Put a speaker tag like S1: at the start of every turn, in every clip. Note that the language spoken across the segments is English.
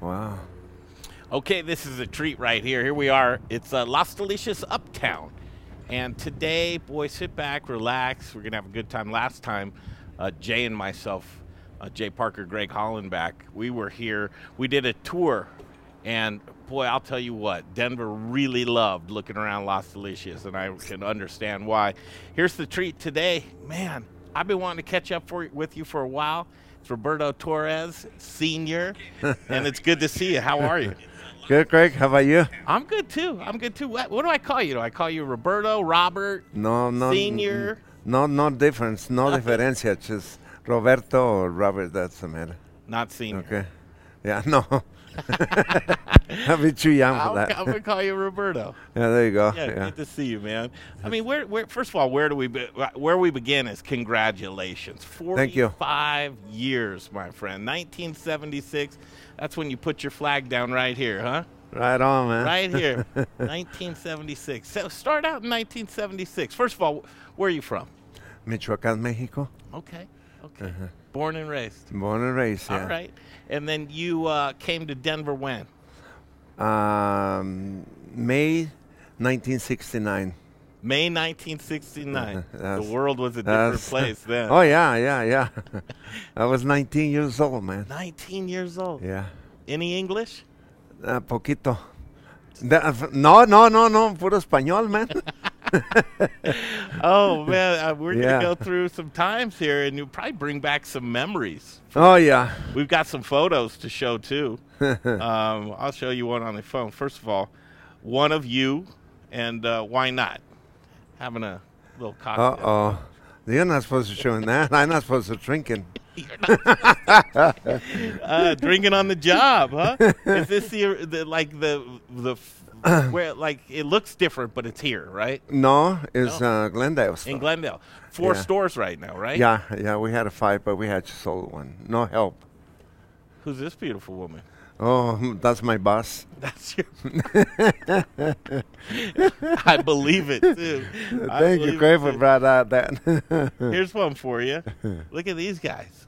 S1: Wow.
S2: Okay, this is a treat right here. Here we are. It's uh, Las Delicias Uptown. And today, boy, sit back, relax. We're going to have a good time. Last time, uh, Jay and myself, uh, Jay Parker, Greg Hollenbach, we were here. We did a tour. And boy, I'll tell you what, Denver really loved looking around Las Delicias, and I can understand why. Here's the treat today. Man, I've been wanting to catch up for, with you for a while. It's Roberto Torres, senior, and it's good to see you. How are you?
S1: Good, Greg. How about you?
S2: I'm good too. I'm good too. What, what do I call you? Do I call you Roberto, Robert,
S1: No, no.
S2: Senior.
S1: No, no difference. No diferencia. Just Roberto or Robert. That's the matter.
S2: not senior?
S1: Okay. Yeah, no. I'll be too young
S2: I'll,
S1: for that.
S2: I'm gonna call you Roberto.
S1: yeah, there you go.
S2: Yeah,
S1: Yeah.
S2: good to see you, man. I mean, where, where first of all, where do we be, where we begin is congratulations.
S1: Thank you.
S2: Forty-five years, my friend. 1976. That's when you put your flag down right here, huh?
S1: Right on, man.
S2: Right here, 1976. So start out in 1976. First of all, where are you from?
S1: Michoacán, Mexico. Uh-huh.
S2: Okay, okay. Born and raised.
S1: Born and raised. Yeah.
S2: All right. And then you uh, came to Denver when?
S1: Um, May 1969.
S2: May 1969. the
S1: Uh-huh. That's-
S2: world was a different
S1: That's-
S2: place then.
S1: Oh yeah, yeah, yeah. I was 19 years old, man.
S2: 19 years old.
S1: Yeah.
S2: Any English?
S1: Ah, poquito. Da- f- no, no, no, no, puro español, man.
S2: Oh, man. Uh, we're going
S1: Yeah.
S2: to go through some times here and you'll probably bring back some memories.
S1: oh, yeah.
S2: We've got some photos to show, too. um, I'll show you one on the phone. First of all, one of you and uh, why not? Having a little
S1: Uh
S2: cocktail.
S1: oh. You're not supposed to show that. I'm not supposed to drinking.
S2: uh, drinking on the job, huh? Is this the, the like the the f- where like it looks different, but it's here, right?
S1: No, it's uh, Glendale. stuff.
S2: In Glendale, four
S1: Yeah.
S2: stores right now, right?
S1: Yeah, yeah, we had a fight, but we had to sold one. No help.
S2: Who's this beautiful woman?
S1: Oh, that's my boss.
S2: That's your. I believe it too. I
S1: Thank you,
S2: believe
S1: Greg,
S2: it,
S1: for
S2: too.
S1: brought out that.
S2: Here's one for you. Look at these guys.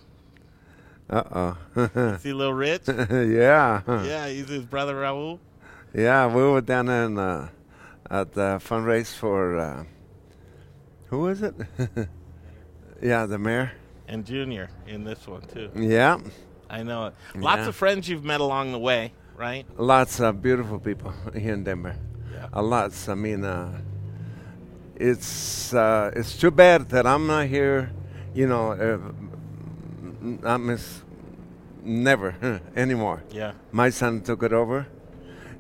S1: uh oh.
S2: See, little Rich.
S1: yeah.
S2: Yeah, he's his brother Raul.
S1: Yeah, we were down in uh, at the fundraise for uh, who was it? yeah, the mayor.
S2: And Junior in this one too.
S1: Yeah,
S2: I know it. Lots
S1: Yeah.
S2: of friends you've met along the way, right?
S1: lots of beautiful people here in Denver.
S2: Yeah.
S1: A lots. I mean, uh, it's uh, it's too bad that I'm not here. You know, uh, I miss never anymore.
S2: Yeah.
S1: my son took it over,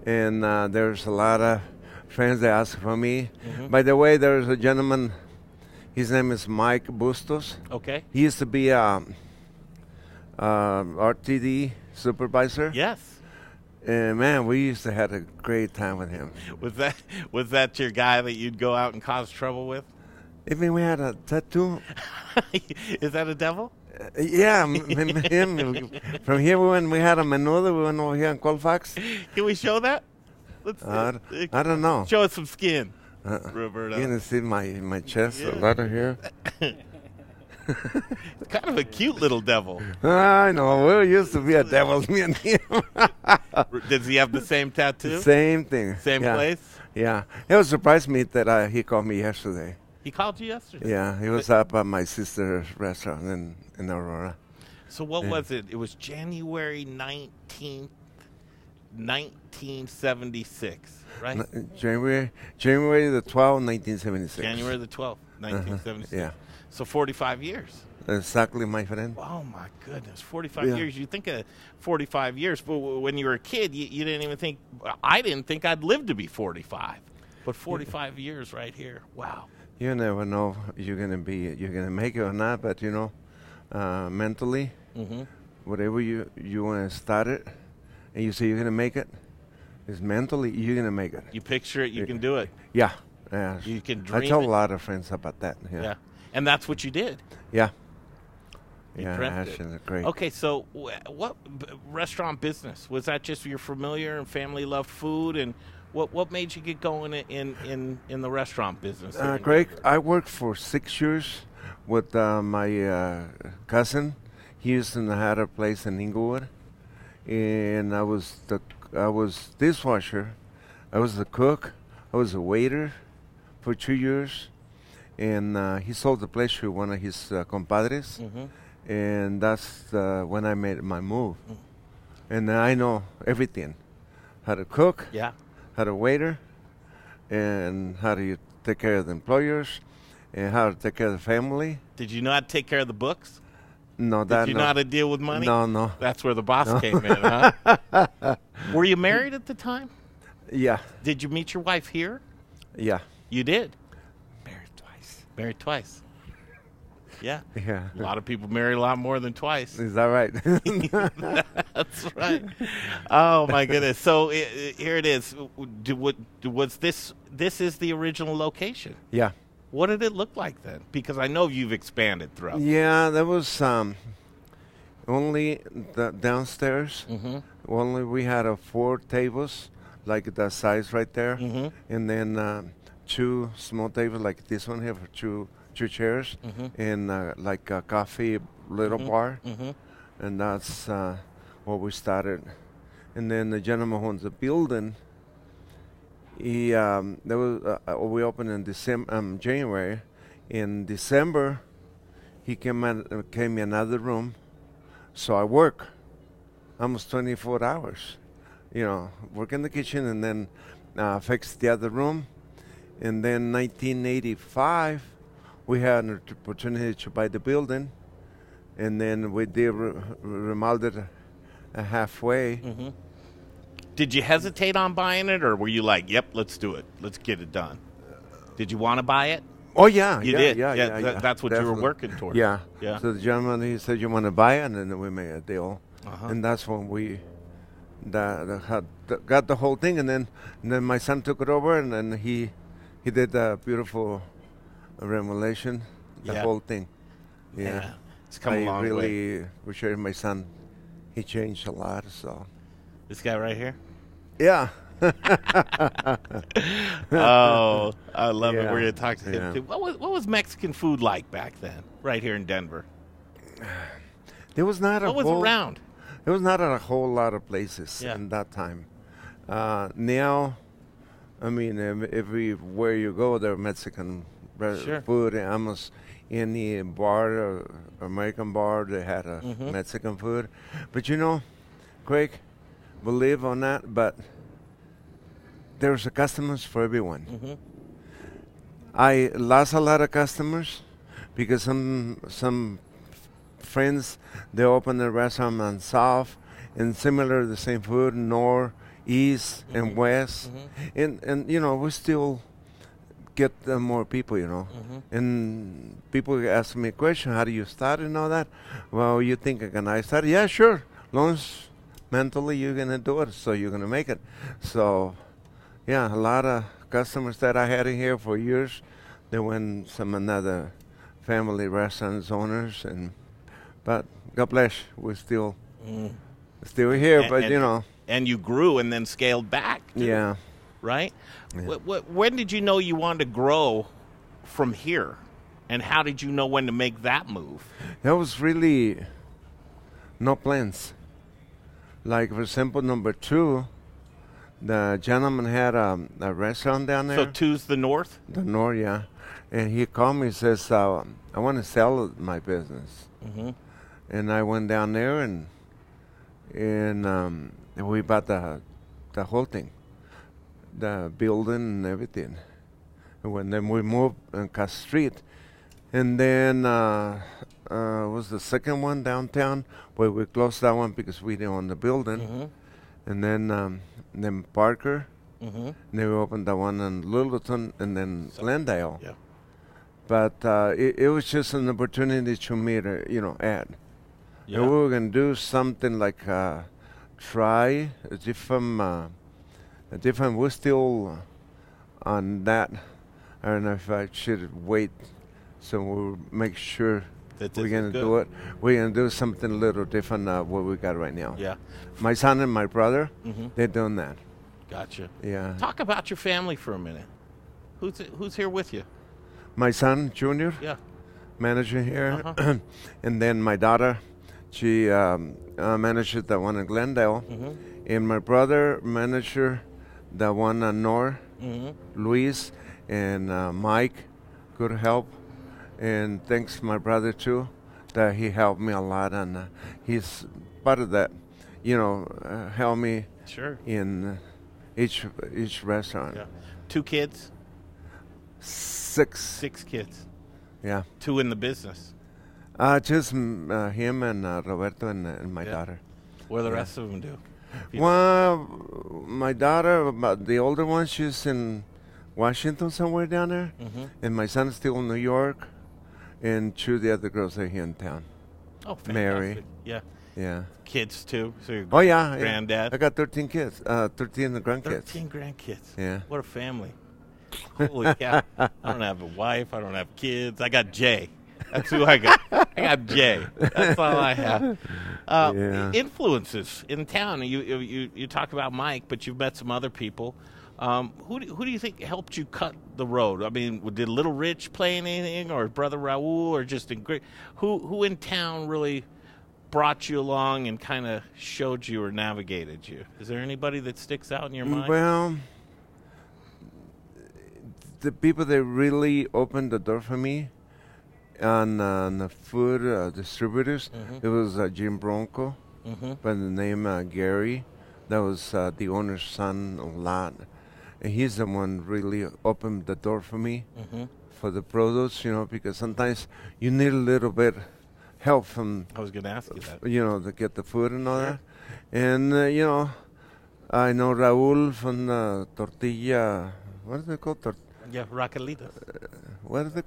S1: and uh, there's a lot of friends that ask for me.
S2: Mm-hmm.
S1: By the way, there's a gentleman. His name is Mike Bustos.
S2: Okay.
S1: He used to be a um, uh, RTD supervisor.
S2: Yes.
S1: And man, we used to have a great time with him.
S2: Was that was that your guy that you'd go out and cause trouble with?
S1: Even we had a tattoo.
S2: Is that a devil?
S1: Uh, yeah, m- m- him. From here, we went. We had a menudo. We went over here in Colfax.
S2: Can we show that? Let's
S1: Uh,
S2: uh,
S1: I don't know.
S2: show us some skin,
S1: Uh,
S2: Roberto.
S1: you can see my my chest, a lot of here.
S2: Kind of a cute little devil.
S1: I know. We used to be a devil's me and him.
S2: R- Does he have the same tattoo?
S1: Same thing.
S2: Same
S1: yeah.
S2: place.
S1: Yeah. It was surprised me that uh, he called me yesterday.
S2: He called you yesterday.
S1: Yeah, he was up at my sister's restaurant in, in Aurora.
S2: So what was it? It was January nineteenth, nineteen seventy six, right?
S1: N- January January the 12th, 1976.
S2: January the twelfth, nineteen seventy six.
S1: Uh-huh. yeah.
S2: So forty five years.
S1: Exactly, my friend.
S2: Oh my goodness, forty-five
S1: Yeah.
S2: years. You think of forty-five years, but w- when you were a kid, you, you didn't even think. I didn't think I'd live to be forty-five, but forty-five years right here. Wow.
S1: You never know if you're going to be, you're going to make it or not, but you know, uh, mentally,
S2: Mm-hmm.
S1: whatever you, you want to start it, and you say you're going to make it, it's mentally, you're going to make it.
S2: You picture it, you can do it.
S1: Yeah. yeah.
S2: You can
S1: I
S2: dream
S1: tell
S2: it.
S1: a lot of friends about that. Yeah.
S2: Yeah. and that's what you did.
S1: Yeah.
S2: You
S1: Yeah,
S2: dreamt it.
S1: Ashton, great.
S2: Okay, so wh- what b- restaurant business was that? Just your familiar and family loved food, and what what made you get going i- in in in the restaurant business? here
S1: Uh,
S2: in
S1: Greg,
S2: Denver?
S1: I worked for six years with uh, my uh, cousin. He used to have a place in Inglewood, and I was the I was dishwasher, I was the cook, I was a waiter for two years, and uh, he sold the place to one of his uh, compadres, and that's uh, when I made my move,
S2: Mm.
S1: and I know everything, how to cook,
S2: Yeah.
S1: how to waiter, and how do you take care of the employers, and how to take care of the family.
S2: Did you not take care of the books?
S1: No,
S2: Did
S1: that
S2: you
S1: no.
S2: know how to deal with money?
S1: No, no.
S2: That's where the boss came in, huh? Were you married at the time?
S1: Yeah,
S2: Did you meet your wife here?
S1: yeah,
S2: You did.
S1: married twice.
S2: Married twice. Yeah.
S1: Yeah,
S2: A lot of people marry a lot more than twice.
S1: is that right?
S2: That's right. Oh my goodness. So i i here it is. Do, what, do, was this this is the original location?
S1: yeah,
S2: What did it look like then? Because I know you've expanded throughout.
S1: yeah. There was um, only the downstairs.
S2: Mhm.
S1: Only we had a four tables like the size right there,
S2: Mhm.
S1: and then um, two small tables like this one here for two two chairs, and uh, like a coffee little bar,
S2: Mhm.
S1: and that's uh, what we started. And then the gentleman who owns the building. He um, there was uh, uh, we opened in December, um, January. In December, he came and uh, came in another room, so I work almost 24 hours. You know, work in the kitchen and then uh, fix the other room. And then 1985, we had an opportunity to buy the building, and then we did re- remodeled it uh, halfway.
S2: Did you hesitate on buying it, or were you like, "Yep, let's do it. Let's get it done"? Did you want to buy it?
S1: Oh yeah,
S2: You
S1: yeah,
S2: did.
S1: Yeah,
S2: Yeah,
S1: yeah,
S2: tha-
S1: yeah.
S2: that's what you were working toward.
S1: Yeah,
S2: Yeah.
S1: So the gentleman he said you want to buy, it?" and then we made a deal,
S2: Uh-huh.
S1: and that's when we that, that had, that got the whole thing, and then and then my son took it over, and then he he did a beautiful revelation, the
S2: Yeah.
S1: whole thing. Yeah,
S2: it's come
S1: I
S2: a long way.
S1: really appreciate my son. He changed a lot, so
S2: This guy right here.
S1: yeah.
S2: oh, I love it.
S1: Yeah.
S2: We're gonna talk to him
S1: Yeah.
S2: too. What was, what was Mexican food like back then, right here in Denver?
S1: There was not a
S2: What was
S1: whole
S2: around?
S1: It was not at a whole lot of places
S2: Yeah.
S1: in that time. Uh, now, I mean, ev- everywhere you go, there are Mexican re-
S2: Sure.
S1: food. and Almost any bar, or American bar, they had a
S2: Mm-hmm.
S1: Mexican food. But you know, Craig, believe or not, but there's a customers for everyone.
S2: Mm-hmm.
S1: I lost a lot of customers because some some friends they opened a restaurant on south and similar the same food north east and west and and you know we still get uh, more people you know and people ask me a question how do you start and all that well you think can i start yeah sure long as mentally you're gonna do it so you're gonna make it so yeah a lot of customers that i had in here for years they went some another family restaurants owners and but God bless, we're still still here.
S2: A- Mm.
S1: but
S2: and-
S1: you know,
S2: And you grew and then scaled back. too,
S1: yeah,
S2: Right. Wh- wh- when did you know you wanted to grow from here, and how did you know when to make that move?
S1: that was really no plans. Like for example, number two, the gentleman had a, a restaurant down there,
S2: So two's the north.
S1: the Noria, and he called me says, uh, "I want to sell my business,"
S2: Mhm.
S1: and I went down there and and um, we bought the the whole thing, the building and everything. And when then we moved on Cass Street, and then uh, uh, was the second one downtown where we closed that one because we didn't own the building, and then um, then Parker.
S2: Mm-hmm.
S1: And then we opened the one in Littleton and then Glendale.
S2: Yeah.
S1: But uh, it, it was just an opportunity to meet, uh, you know, Ed.
S2: Yeah.
S1: And we were going to do something like uh, try a different, uh, a different. We're still on that. I don't know if I should wait. So we'll make sure
S2: That
S1: we're
S2: this is
S1: going to
S2: good.
S1: do it. We're going to do something a little different uh, what we got right now.
S2: Yeah.
S1: My son and my brother,
S2: Mhm.
S1: they're doing that.
S2: Gotcha.
S1: Yeah.
S2: Talk about your family for a minute. Who's who's here with you?
S1: My son, Junior.
S2: Yeah.
S1: manager here,
S2: Uh-huh.
S1: and then my daughter, She um, uh, managed that one in Glendale,
S2: Mm-hmm.
S1: and my brother managed that one at Nor,
S2: Mm-hmm.
S1: Luis, and uh, Mike. Good help, and thanks my brother too, that he helped me a lot, and uh, he's part of that. You know, uh, helped me
S2: Sure.
S1: in uh, each each restaurant.
S2: Yeah. Two kids,
S1: Six.
S2: six kids,
S1: Yeah.
S2: two in the business.
S1: Uh, just mm, uh, him and uh, Roberto and, and my
S2: Yeah.
S1: daughter.
S2: What do the rest of them do? Yeah.
S1: Well, my daughter, but the older one, she's in Washington somewhere down there,
S2: Mhm.
S1: and my son's still in New York, and two of the other girls are here in town.
S2: Oh, fantastic.
S1: Mary.
S2: Yeah.
S1: Yeah.
S2: Kids too. So your
S1: Oh yeah. yeah.
S2: Granddad.
S1: I got 13 kids. Uh, 13 grandkids.
S2: Thirteen grandkids.
S1: Yeah.
S2: What a family. Holy cow! I don't have a wife. I don't have kids. I got Jay. That's who I got. I got Jay. That's all I have. Uh,
S1: Yeah.
S2: Influences in town. You, you you you talk about Mike, but you've met some other people. Um, who do, who do you think helped you cut the road? I mean, did Little Rich play anything, or Brother Raul, or just in great? Who who in town really brought you along and kind of showed you or navigated you? Is there anybody that sticks out in your mind?
S1: Well, the people that really opened the door for me on, uh, on the food uh, distributors,
S2: Mhm.
S1: it was uh, Jim Bronco
S2: mm-hmm.
S1: by the name uh, Gary. That was uh, the owner's son a lot. And he's the one really opened the door for me
S2: Mm-hmm.
S1: for the produce, you know, because sometimes you need a little bit help from
S2: I was going to ask you that.
S1: you know, to get the food and all
S2: Sure.
S1: that. And uh, you know, I know Raúl from the tortilla. What is it called? Tor-
S2: Yeah, Rockelitas.
S1: Uh, what is it?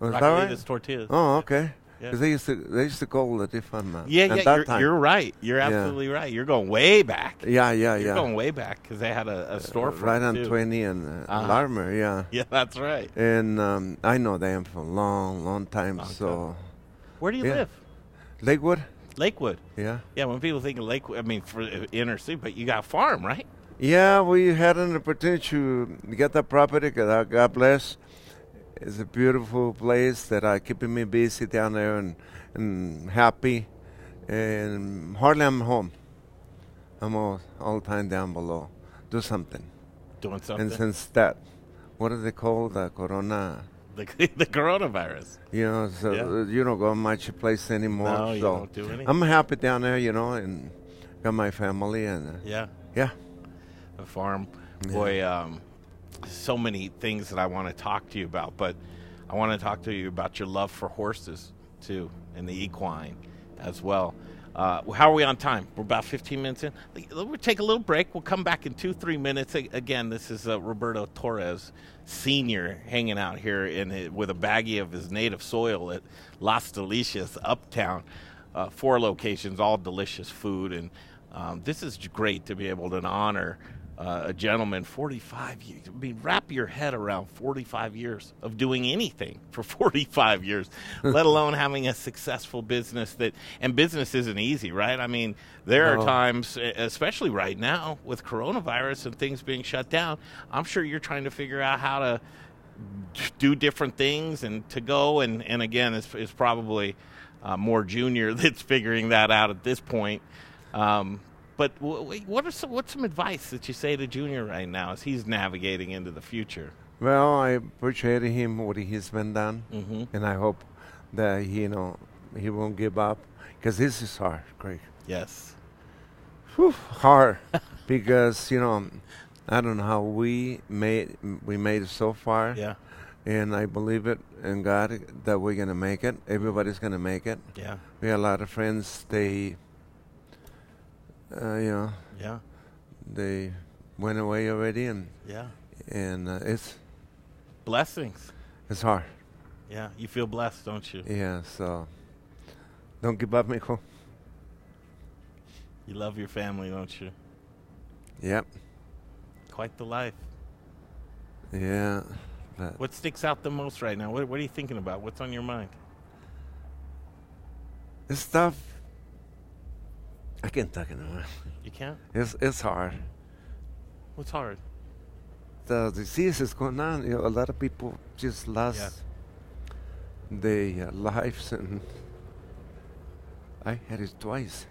S1: Oh, is that right?
S2: Rockelitas tortillas.
S1: Oh, okay.
S2: Yeah.
S1: 'Cause they used to they used to call it different. Uh,
S2: yeah,
S1: at
S2: yeah,
S1: that
S2: you're,
S1: time.
S2: you're right. You're
S1: Yeah.
S2: absolutely right. You're going way back.
S1: yeah, yeah,
S2: You're
S1: yeah.
S2: going way back because they had a, a storefront.
S1: right on
S2: too.
S1: twenty and uh,
S2: Uh-huh.
S1: Larmer, yeah.
S2: Yeah, that's right.
S1: And um, I know them for a long, long time.
S2: Long
S1: so
S2: Where do you
S1: Yeah.
S2: live?
S1: Lakewood,
S2: Lakewood.
S1: yeah,
S2: Yeah, when people think of Lakewood, I mean, for uh, inner city, but you got a farm, right?
S1: yeah. We had an opportunity to get that property. God God bless. It's a beautiful place that are keeping me busy down there and, and happy. And hardly I'm home. I'm all, all the time down below. Do something.
S2: Doing
S1: And
S2: something.
S1: since that, what do they call the corona?
S2: The, the coronavirus.
S1: You know, so uh,
S2: Yeah.
S1: you don't go much place anymore.
S2: No,
S1: so
S2: you don't do anything.
S1: I'm happy down there, you know, and got my family and uh,
S2: Yeah.
S1: yeah.
S2: a farm. Boy, um, so many things that I want to talk to you about, but I want to talk to you about your love for horses too, and the equine as well. Uh, how are we on time? We're about 15 minutes in. We'll take a little break. We'll come back in two, three minutes. A- Again, this is uh, Roberto Torres Sr. hanging out here in his, with a baggie of his native soil at Las Delicias Uptown. Uh, four locations, all delicious food. And um, this is j- great to be able to honor uh, a gentleman 45 years. I mean, wrap your head around 45 years of doing anything for 45 years, let alone having a successful business that, and business isn't easy, right? I mean, there are
S1: No.
S2: times, e- especially right now with coronavirus and things being shut down, I'm sure you're trying to figure out how to do different things and to go and and again it's, it's probably uh, more junior that's figuring that out at this point um, but w- w- what are some what's some advice that you say to junior right now as he's navigating into the future
S1: Well, I appreciate him what he's been done,
S2: mm-hmm.
S1: and I hope that he, you know he won't give up because this is hard, Craig.
S2: yes
S1: Whew, hard because you know I don't know how we made we made it so far.
S2: yeah
S1: and I believe it in God that we're gonna make it. Everybody's gonna make it.
S2: yeah
S1: We have a lot of friends. They, uh, you know,
S2: yeah
S1: they went away already, and
S2: yeah
S1: and uh, it's
S2: blessings
S1: it's hard.
S2: yeah you feel blessed don't you
S1: Yeah, so don't give up, Mijo.
S2: you love your family don't you
S1: Yep.
S2: quite the life
S1: Yeah. But
S2: what sticks out the most right now what, what are you thinking about what's on your mind
S1: it's tough. I can't talk anymore.
S2: you can't
S1: It's it's hard.
S2: what's hard
S1: The disease is going on. You know, a lot of people just lost their lives, and I had it twice.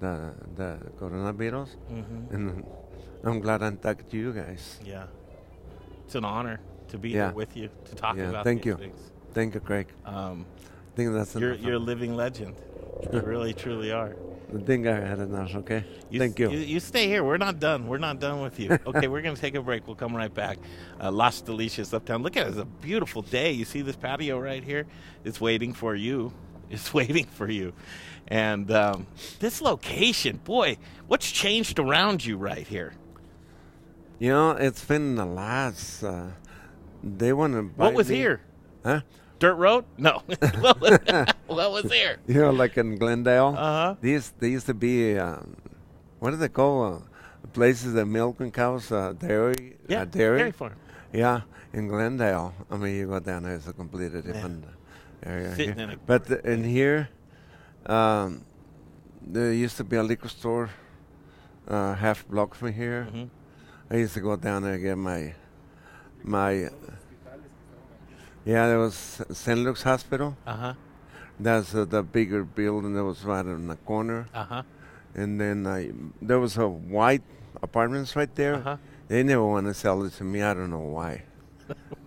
S1: The the coronavirus,
S2: Mm-hmm.
S1: and I'm glad I talked to you guys.
S2: Yeah. It's an honor to be
S1: Yeah.
S2: here with you to talk
S1: Yeah,
S2: about
S1: thank
S2: these
S1: you.
S2: things.
S1: Thank you, Craig.
S2: Um,
S1: I think that's
S2: you're
S1: enough.
S2: you're a living legend. you really truly are.
S1: I think I had enough. Okay. Thank
S2: s-
S1: you.
S2: you. You stay here. We're not done. We're not done with you. Okay, we're gonna take a break. We'll come right back. Uh, Las Delicias Uptown. Look at it. It's a beautiful day. You see this patio right here? It's waiting for you. It's waiting for you. And um, this location, boy, what's changed around you right here?
S1: You know, it's been a lot. Uh, they want to.
S2: What was here?
S1: Huh?
S2: Dirt road? No. what, was, what was here?
S1: You know, like in Glendale.
S2: Uh-huh.
S1: These they used to be. Um, what do they call uh, places that milk and cows? Uh, dairy.
S2: Yeah,
S1: uh, dairy.
S2: dairy farm.
S1: Yeah, in Glendale. I mean, you go down there, it's a completely different area.
S2: Sitting
S1: here.
S2: in a-
S1: but the- in here, um, there used to be a liquor store uh, half block from here.
S2: Mhm.
S1: I used to go down there and get my my. Yeah, there was St. Luke's Hospital.
S2: Uh huh.
S1: That's uh, the bigger building that was right on the corner.
S2: Uh huh.
S1: And then I, there was a white apartments right there.
S2: Uh-huh.
S1: They never want to sell it to me. I don't know why.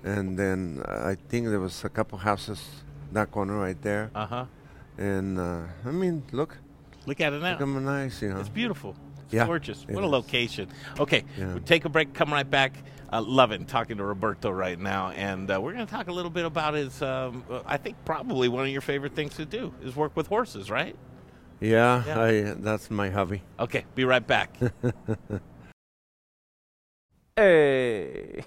S1: and then uh, I think there was a couple houses that corner right there.
S2: Uh huh.
S1: and uh, I mean, look,
S2: Look at it now.
S1: look, I'm nice, you know.
S2: It's beautiful. It's
S1: Yeah,
S2: gorgeous.
S1: it
S2: What a
S1: is.
S2: location. Okay,
S1: Yeah.
S2: we'll take a break, come right back. Uh, loving talking to Roberto right now. And uh, we're going to talk a little bit about his, um, uh, I think, probably one of your favorite things to do is work with horses, right?
S1: Yeah,
S2: Yeah.
S1: I, that's my hobby.
S2: Okay, be right back.
S3: Hey.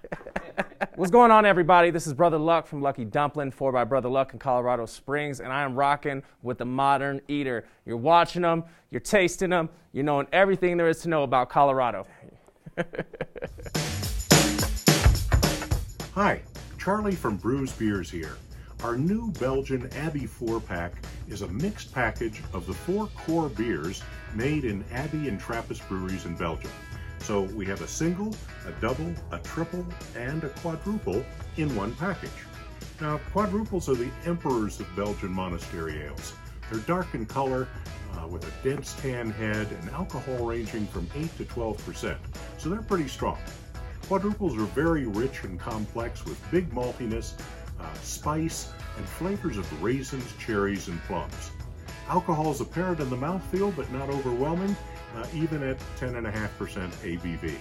S3: What's going on, everybody? This is Brother Luck from Lucky Dumpling, 4 by Brother Luck in Colorado Springs, and I am rocking with the Modern Eater. You're watching them, you're tasting them, you're knowing everything there is to know about Colorado.
S4: Hi, Charlie from Brews Beers here. Our new Belgian Abbey 4 pack is a mixed package of the four core beers made in Abbey and Trappist breweries in Belgium. So we have a single, a double, a triple, and a quadruple in one package. Now, quadruples are the emperors of Belgian monastery ales. They're dark in color, uh, with a dense tan head, and alcohol ranging from 8 to 12%, so they're pretty strong. Quadruples are very rich and complex with big maltiness, uh, spice, and flavors of raisins, cherries, and plums. Alcohol is apparent in the mouthfeel, but not overwhelming, uh, even at 10.5% ABV.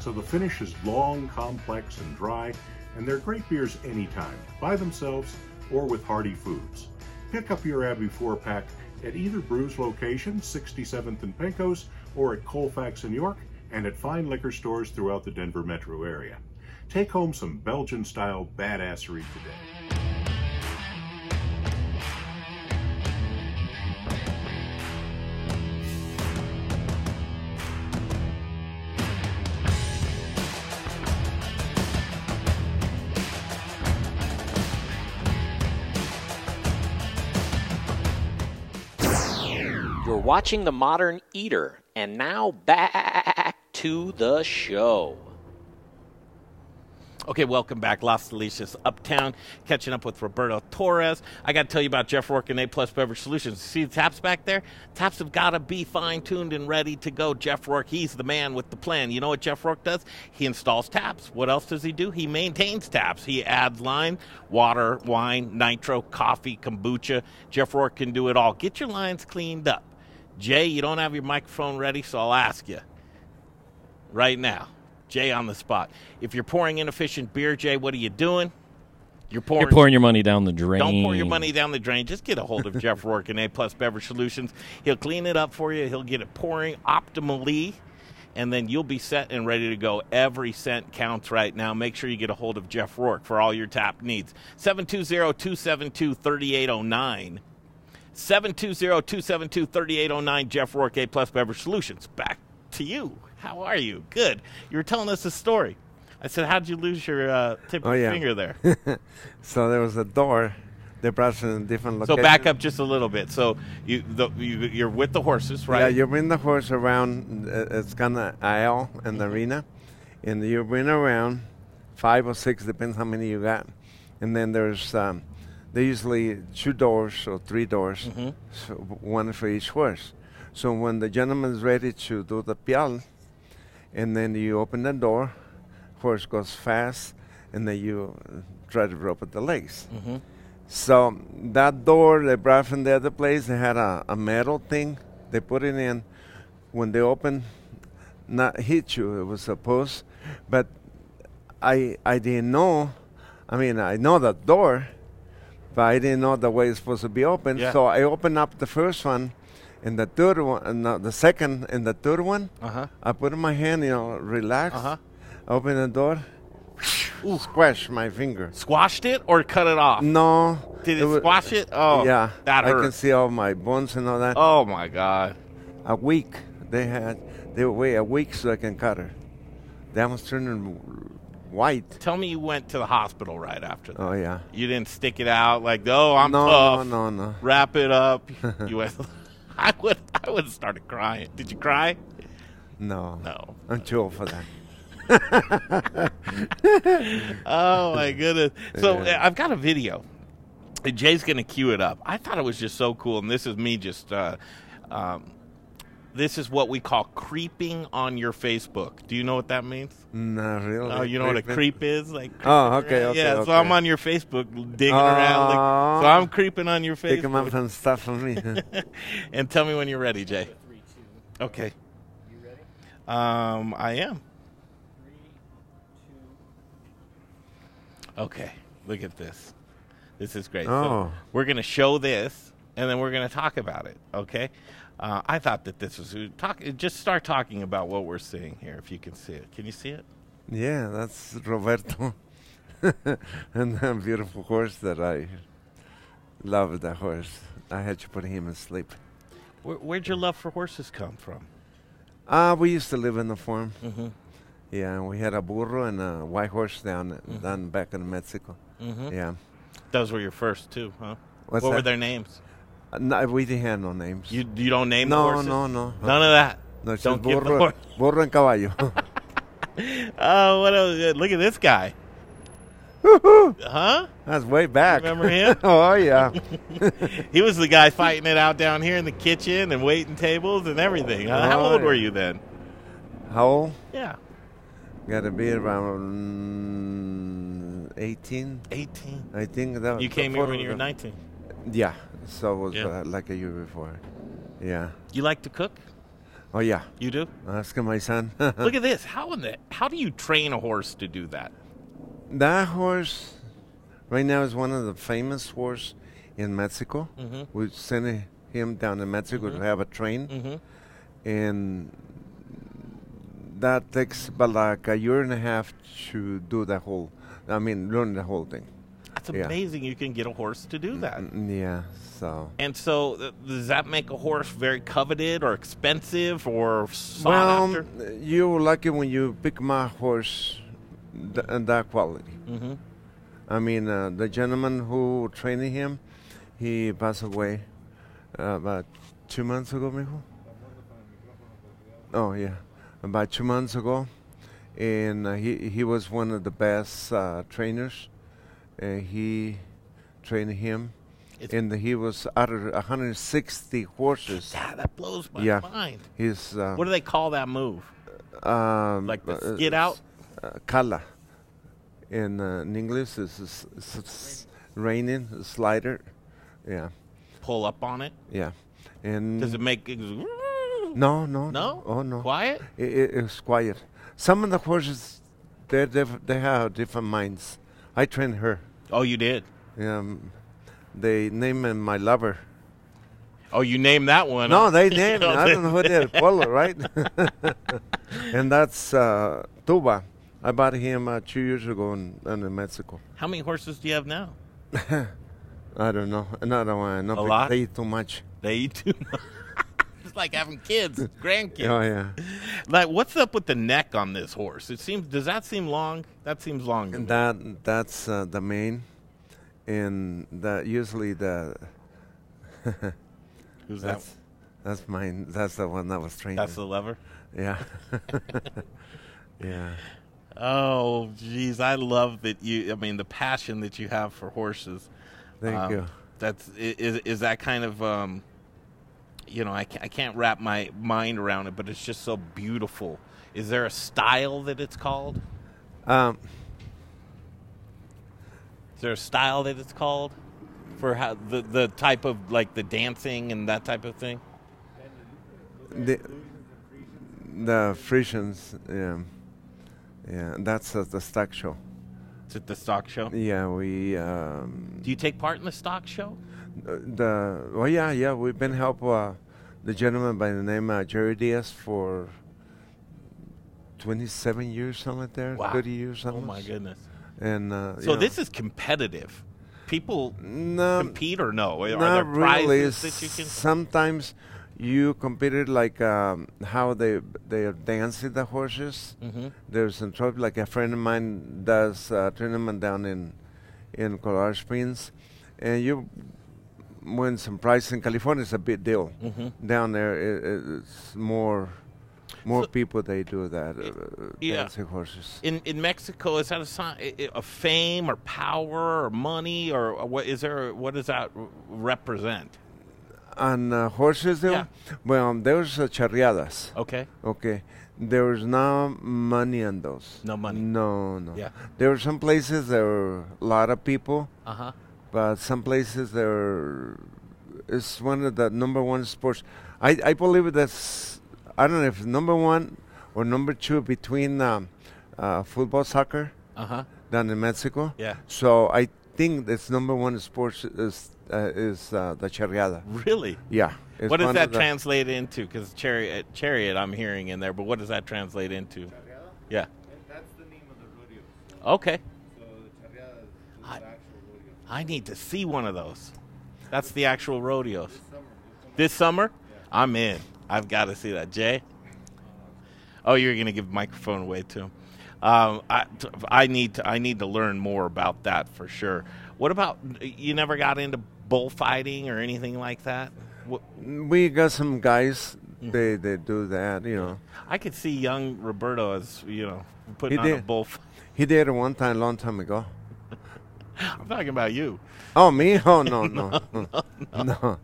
S4: So the finish is long, complex, and dry, and they're great beers anytime, by themselves or with hearty foods. Pick up your Abbey 4 pack at either brews location, 67th and Pecos, or at Colfax and York, and at fine liquor stores throughout the Denver metro area. Take home some Belgian style badassery today.
S5: You're watching The Modern Eater, and now back to the show.
S2: Okay, welcome back, Las Delicias Uptown. Catching up with Roberto Torres. I got to tell you about Jeff Rourke and A Plus Beverage Solutions. See the taps back there? Taps have got to be fine tuned and ready to go. Jeff Rourke, he's the man with the plan. You know what Jeff Rourke does? He installs taps. What else does he do? He maintains taps. He adds line, water, wine, nitro, coffee, kombucha. Jeff Rourke can do it all. Get your lines cleaned up. Jay, you don't have your microphone ready, so I'll ask you right now. Jay on the spot. If you're pouring inefficient beer, Jay, what are you doing? You're pouring.
S6: You're pouring your money down the drain.
S2: don't pour your money down the drain. Just get a hold of Jeff Rourke and A Plus Beverage Solutions. He'll clean it up for you. He'll get it pouring optimally, and then you'll be set and ready to go. Every cent counts right now. Make sure you get a hold of Jeff Rourke for all your tap needs. 720-272-3809. 720-272-3809 jeff rourke a plus beverage solutions back to you how are you good you were telling us a story i said how'd you lose your uh, tip of
S1: Oh,
S2: your
S1: yeah.
S2: finger there
S1: So there was a door. They brought us in a different
S2: so
S1: location.
S2: back up just a little bit so you, the, you you're with the horses right
S1: Yeah, you bring the horse around. uh, It's kind of aisle and the arena, and you bring around five or six, depends how many you got. And then there's um, they usually two doors or three doors, so Mm-hmm. one for each horse. So when the gentleman's ready to do the pial, and then you open the door, horse goes fast, and then you uh, try to rope at the legs. So that door they brought from the other place, they had a, a metal thing. They put it in. When they opened, not hit you. It was a post, but I I didn't know. I mean, I know the door, but I didn't know the way it's supposed to be open.
S2: Yeah.
S1: So I opened up the first one, and the third one, uh, no, the second, and the third one.
S2: Uh-huh.
S1: I put my hand, you know, relax.
S2: Uh-huh.
S1: Open the door. Squash my finger.
S2: Squashed it or cut it off?
S1: No.
S2: Did it,
S1: Oh, wa- uh,
S2: squash it? Oh,
S1: yeah,
S2: that
S1: I can
S2: hurt.
S1: see all my bones and all that.
S2: Oh my god.
S1: A week they had, they were wait a week so I can cut her. That was turning white.
S2: Tell me you went to the hospital right after that.
S1: Oh yeah.
S2: you didn't stick it out like, oh, I'm
S1: no,
S2: tough.
S1: no, no, no.
S2: Wrap it up. you went. I would. I would have started crying. Did you cry?
S1: No.
S2: No.
S1: I'm too old for that.
S2: Oh my goodness! So uh, I've got a video. And Jay's gonna cue it up. I thought it was just so cool, and this is me just. Uh, um, this is what we call creeping on your Facebook. Do you know what that means?
S1: Mm, Not really.
S2: Oh, you know what a creep is? Like
S1: Oh, okay, okay,
S2: yeah.
S1: okay.
S2: So I'm on your Facebook
S1: Uh,
S2: digging around. Like, so
S1: Aw.
S2: I'm creeping on your
S1: Take him
S2: Facebook.
S1: up and stuff for me.
S2: and tell me when you're ready, Jay. Okay. You ready? Um, I am. Okay. Look at this. This is great. So
S1: Oh.
S2: we're gonna show this, and then we're gonna talk about it. Okay. Uh, I thought that this was talk. Just start talking about what we're seeing here, if you can see it. Can you see it?
S1: yeah, that's Roberto, and that beautiful horse that I love. That horse. I had to put him in sleep.
S2: Where, where'd your love for horses come from?
S1: Ah, we used to live in the farm.
S2: Mm-hmm.
S1: Yeah, and we had a burro and a white horse down
S2: Mm-hmm.
S1: down back in Mexico. Yeah,
S2: Those were your first two, huh? Mm-hmm. what
S1: What's
S2: were
S1: that?
S2: their names?
S1: Uh, no, we didn't have no names.
S2: You you don't name the
S1: No,
S2: horses?
S1: no, no.
S2: None of that.
S1: no, it's
S2: don't
S1: just
S2: give the
S1: burro,
S2: horse.
S1: burro and caballo.
S2: Oh, what else? Uh, Look at this guy. huh?
S1: That's way back.
S2: Remember him?
S1: oh yeah,
S2: He was the guy fighting it out down here in the kitchen and waiting tables and everything. huh? How
S1: Oh,
S2: old were
S1: yeah.
S2: you then?
S1: how old?
S2: Yeah,
S1: Got to be around eighteen.
S2: eighteen.
S1: I think that
S2: You
S1: the
S2: came here
S1: photo
S2: when you were
S1: was-
S2: nineteen.
S1: Yeah, so it was
S2: Yeah.
S1: uh, like a year before. Yeah.
S2: You like to cook?
S1: Oh yeah.
S2: You do.
S1: Ask my son.
S2: Look at this. How in the how do you train a horse to do that?
S1: That horse right now is one of the famous horse in Mexico.
S2: Mm-hmm.
S1: We sent hi- him down to Mexico to have a train,
S2: Mm-hmm.
S1: and that takes about like a year and a half to do the whole. I mean, learn the whole thing.
S2: That's
S1: Yeah.
S2: amazing. You can get a horse to do that.
S1: Mm, Yeah. So
S2: And so, th- does that make a horse very coveted or expensive or sought
S1: well,
S2: after?
S1: you were lucky when you pick my horse, th- and that quality.
S2: Mm-hmm.
S1: I mean, uh, the gentleman who trained him, he passed away uh, about two months ago, mijo. Oh yeah, about two months ago, and uh, he he was one of the best uh, trainers. Uh, he trained him,
S2: It's-
S1: and he was out of 160 horses.
S2: Yeah, that blows my
S1: Yeah.
S2: mind.
S1: He's uh,
S2: What do they call that move?
S1: um,
S2: Like the
S1: uh,
S2: skid out?
S1: uh, kala. In, uh, in English, it's, it's, it's, it's raining, slider. Yeah,
S2: pull up on it?
S1: yeah. Mm. And
S2: Does it make it
S1: no, no,
S2: no?
S1: Oh no,
S2: Quiet?
S1: I- I- it's quiet. Some of the horses, they diff- they have different minds. I trained her.
S2: Oh, you did.
S1: Um, they name him my lover.
S2: Oh, you named that one.
S1: No,
S2: huh?
S1: they named.
S2: Oh,
S1: I
S2: they-
S1: don't know who did Polo, right? and that's uh, Tuba. I bought him uh, two years ago in, in Mexico.
S2: How many horses do you have now?
S1: I don't know. Another one. No,
S2: A lot?
S1: They eat too much.
S2: They eat too much. it's like having kids, grandkids.
S1: Oh yeah.
S2: Like, what's up with the neck on this horse? It seems. Does that seem long? That seems long. to me.
S1: That that's uh, the main, and that usually the
S2: Who's that?
S1: that's that's mine. That's the one that was trained.
S2: That's the lever.
S1: yeah. yeah.
S2: Oh, geez, I love that you. I mean, the passion that you have for horses.
S1: Thank
S2: Um,
S1: you.
S2: That's i- is is that kind of um, you know I can't, I can't wrap my mind around it, but it's just so beautiful. Is there a style that it's called?
S1: Um,
S2: Is there a style that it's called for how the the type of like the dancing and that type of thing?
S1: the the Frisians, yeah, yeah. That's at the stock show.
S2: Is it the stock show?
S1: Yeah, we um,
S2: Do you take part in the stock show?
S1: the well, yeah, yeah. We've been helping uh, the gentleman by the name of Jerry Diaz for twenty-seven years, something like there, thirty years,
S2: Oh
S1: something.
S2: my goodness!
S1: And uh,
S2: So
S1: yeah.
S2: this is competitive. People
S1: no,
S2: compete or no? Are
S1: not
S2: there prizes
S1: really.
S2: that you can?
S1: Sometimes you competed like um, how they they are dancing the horses.
S2: Mm-hmm.
S1: There's some trophy. Like a friend of mine does a tournament down in in Colorado Springs, and you win some prize in California. It's a big deal
S2: Mm-hmm.
S1: down there. It, it's more more people they do that uh,
S2: yeah.
S1: dancing horses.
S2: in in Mexico is that a sign i- i- of fame or power or money or what is there what does that r- represent?
S1: And uh, horses, though,
S2: Yeah.
S1: well, there's uh, charreadas.
S2: Okay.
S1: Okay. There is no money on those.
S2: No money.
S1: No, no.
S2: Yeah.
S1: There are some places there are a lot of people,
S2: Uh huh.
S1: but some places there are, it's one of the number one sports. I, I believe that's I don't know if number one or number two between um, uh, football soccer
S2: Uh huh.
S1: down in Mexico.
S2: Yeah.
S1: So I think that's number one sports is uh, is uh, the charreada.
S2: Really.
S1: Yeah. it's
S2: what does
S1: one
S2: that
S1: of the-
S2: translate into? Because chariot, chariot, I'm hearing in there, but what does that translate into? Yeah.
S6: That's the name of the rodeo.
S2: Okay.
S6: So the charreada is the
S2: I-
S6: actual rodeo.
S2: I need to see one of those. That's the actual rodeos.
S6: Summer, we'll come
S2: This summer, I'm in. I've got to see that, Jay. Oh, you're gonna give the microphone away to him. Um, I, t- I need to. I need to learn more about that for sure. What about you? Never got into bullfighting or anything like that. What,
S1: We got some guys.
S2: Mm-hmm.
S1: They they do that. You know.
S2: I could see young Roberto as you know putting
S1: He
S2: on a
S1: did.
S2: bullfight.
S1: He did it one time, long time ago.
S2: I'm talking about you.
S1: Oh, me? Oh, no, no, no, no,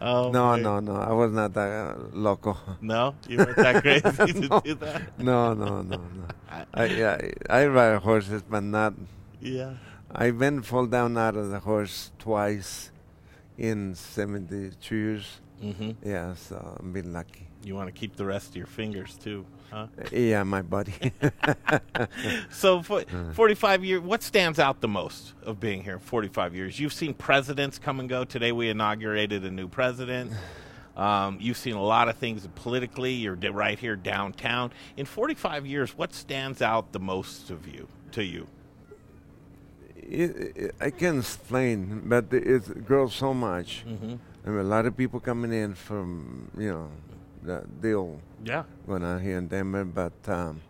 S2: Oh,
S1: no,
S2: man.
S1: no, no. I was not that uh, loco.
S2: no, you weren't that crazy to do that.
S1: No, no, no, no. I, I, I ride horses, but not.
S2: Yeah.
S1: I've been fall down out of the horse twice in 72 years.
S2: hmm
S1: Yeah, so I've been lucky.
S2: You want to keep the rest of your fingers too, huh?
S1: Yeah, my buddy.
S2: So, for, 45 years, what stands out the most of being here? 45 years. You've seen presidents come and go. Today, we inaugurated a new president. Um, you've seen a lot of things politically. You're d- right here downtown. In 45 years, what stands out the most of you to you?
S1: it, it, I can't explain, but it grows so much.
S2: Mm-hmm.
S1: I mean, a lot of people coming in from, you know, the deal.
S2: Yeah.
S1: going on here in Denver, but um,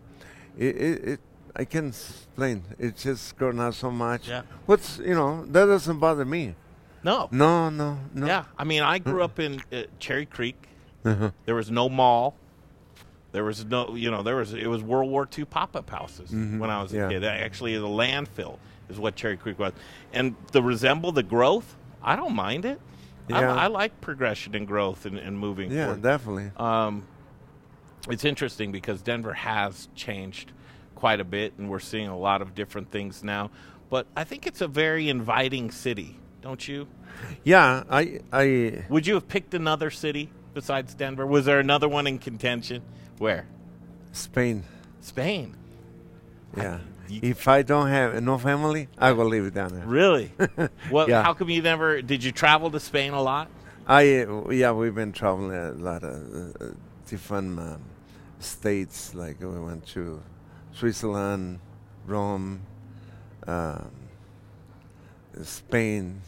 S1: it, it, it I can explain. It's just grown out so much.
S2: Yeah.
S1: What's you know that doesn't bother me.
S2: No.
S1: No, no, no.
S2: Yeah. I mean, I grew up in uh, Cherry Creek.
S1: Uh-huh.
S2: There was no mall. There was no, you know, there was it was World War II pop-up houses when I was a
S1: Mm-hmm. yeah.
S2: kid. Actually, the landfill is what Cherry Creek was, and the resemble the growth. I don't mind it.
S1: Yeah.
S2: I, I like progression and growth and, and moving
S1: Yeah,
S2: forward.
S1: definitely.
S2: Um, it's interesting because Denver has changed quite a bit, and we're seeing a lot of different things now. But I think it's a very inviting city, don't you?
S1: yeah, I, I,
S2: Would you have picked another city besides Denver? Was there another one in contention? Where?
S1: Spain.
S2: Spain.
S1: Yeah.
S2: y-
S1: if I don't have no family, I will live down there.
S2: Really? well,
S1: Yeah.
S2: how come you never did you travel to Spain a lot?
S1: I, uh, yeah, we've been traveling a lot of uh, uh, different um, states. Like we went to Switzerland, Rome, um, Spain,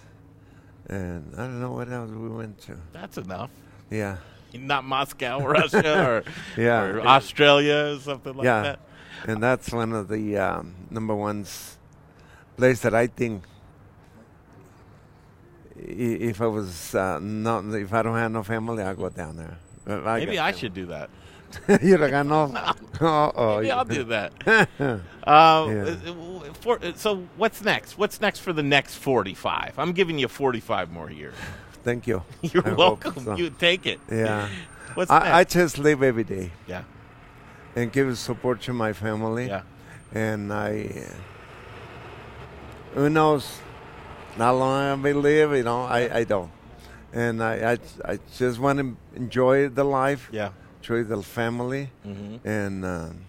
S1: and I don't know what else we went to.
S2: That's enough.
S1: Yeah,
S2: Not Moscow, Russia, or,
S1: Yeah.
S2: or Australia or something like
S1: yeah,
S2: that.
S1: and that's one of the um, number ones place that I think. i- If I was uh, not, if I don't have no family, I'll go down there. But I
S2: Maybe
S1: got
S2: I
S1: them.
S2: should do that.
S1: You're like, I know. Uh-oh.
S2: Maybe I'll do that. Uh,
S1: Yeah.
S2: for, uh, so what's next? What's next for the next 45? I'm giving you 45 more years.
S1: Thank you.
S2: You're
S1: I hope
S2: welcome.
S1: so.
S2: You take it.
S1: yeah.
S2: What's
S1: I, I
S2: next?
S1: just live every day
S2: yeah.
S1: and give support to my family.
S2: Yeah.
S1: And I, uh, who knows, how long I may live, you know, I, I don't. And I, I, I just want to enjoy the life,
S2: Yeah. Mm-hmm.
S1: enjoy the family, and um,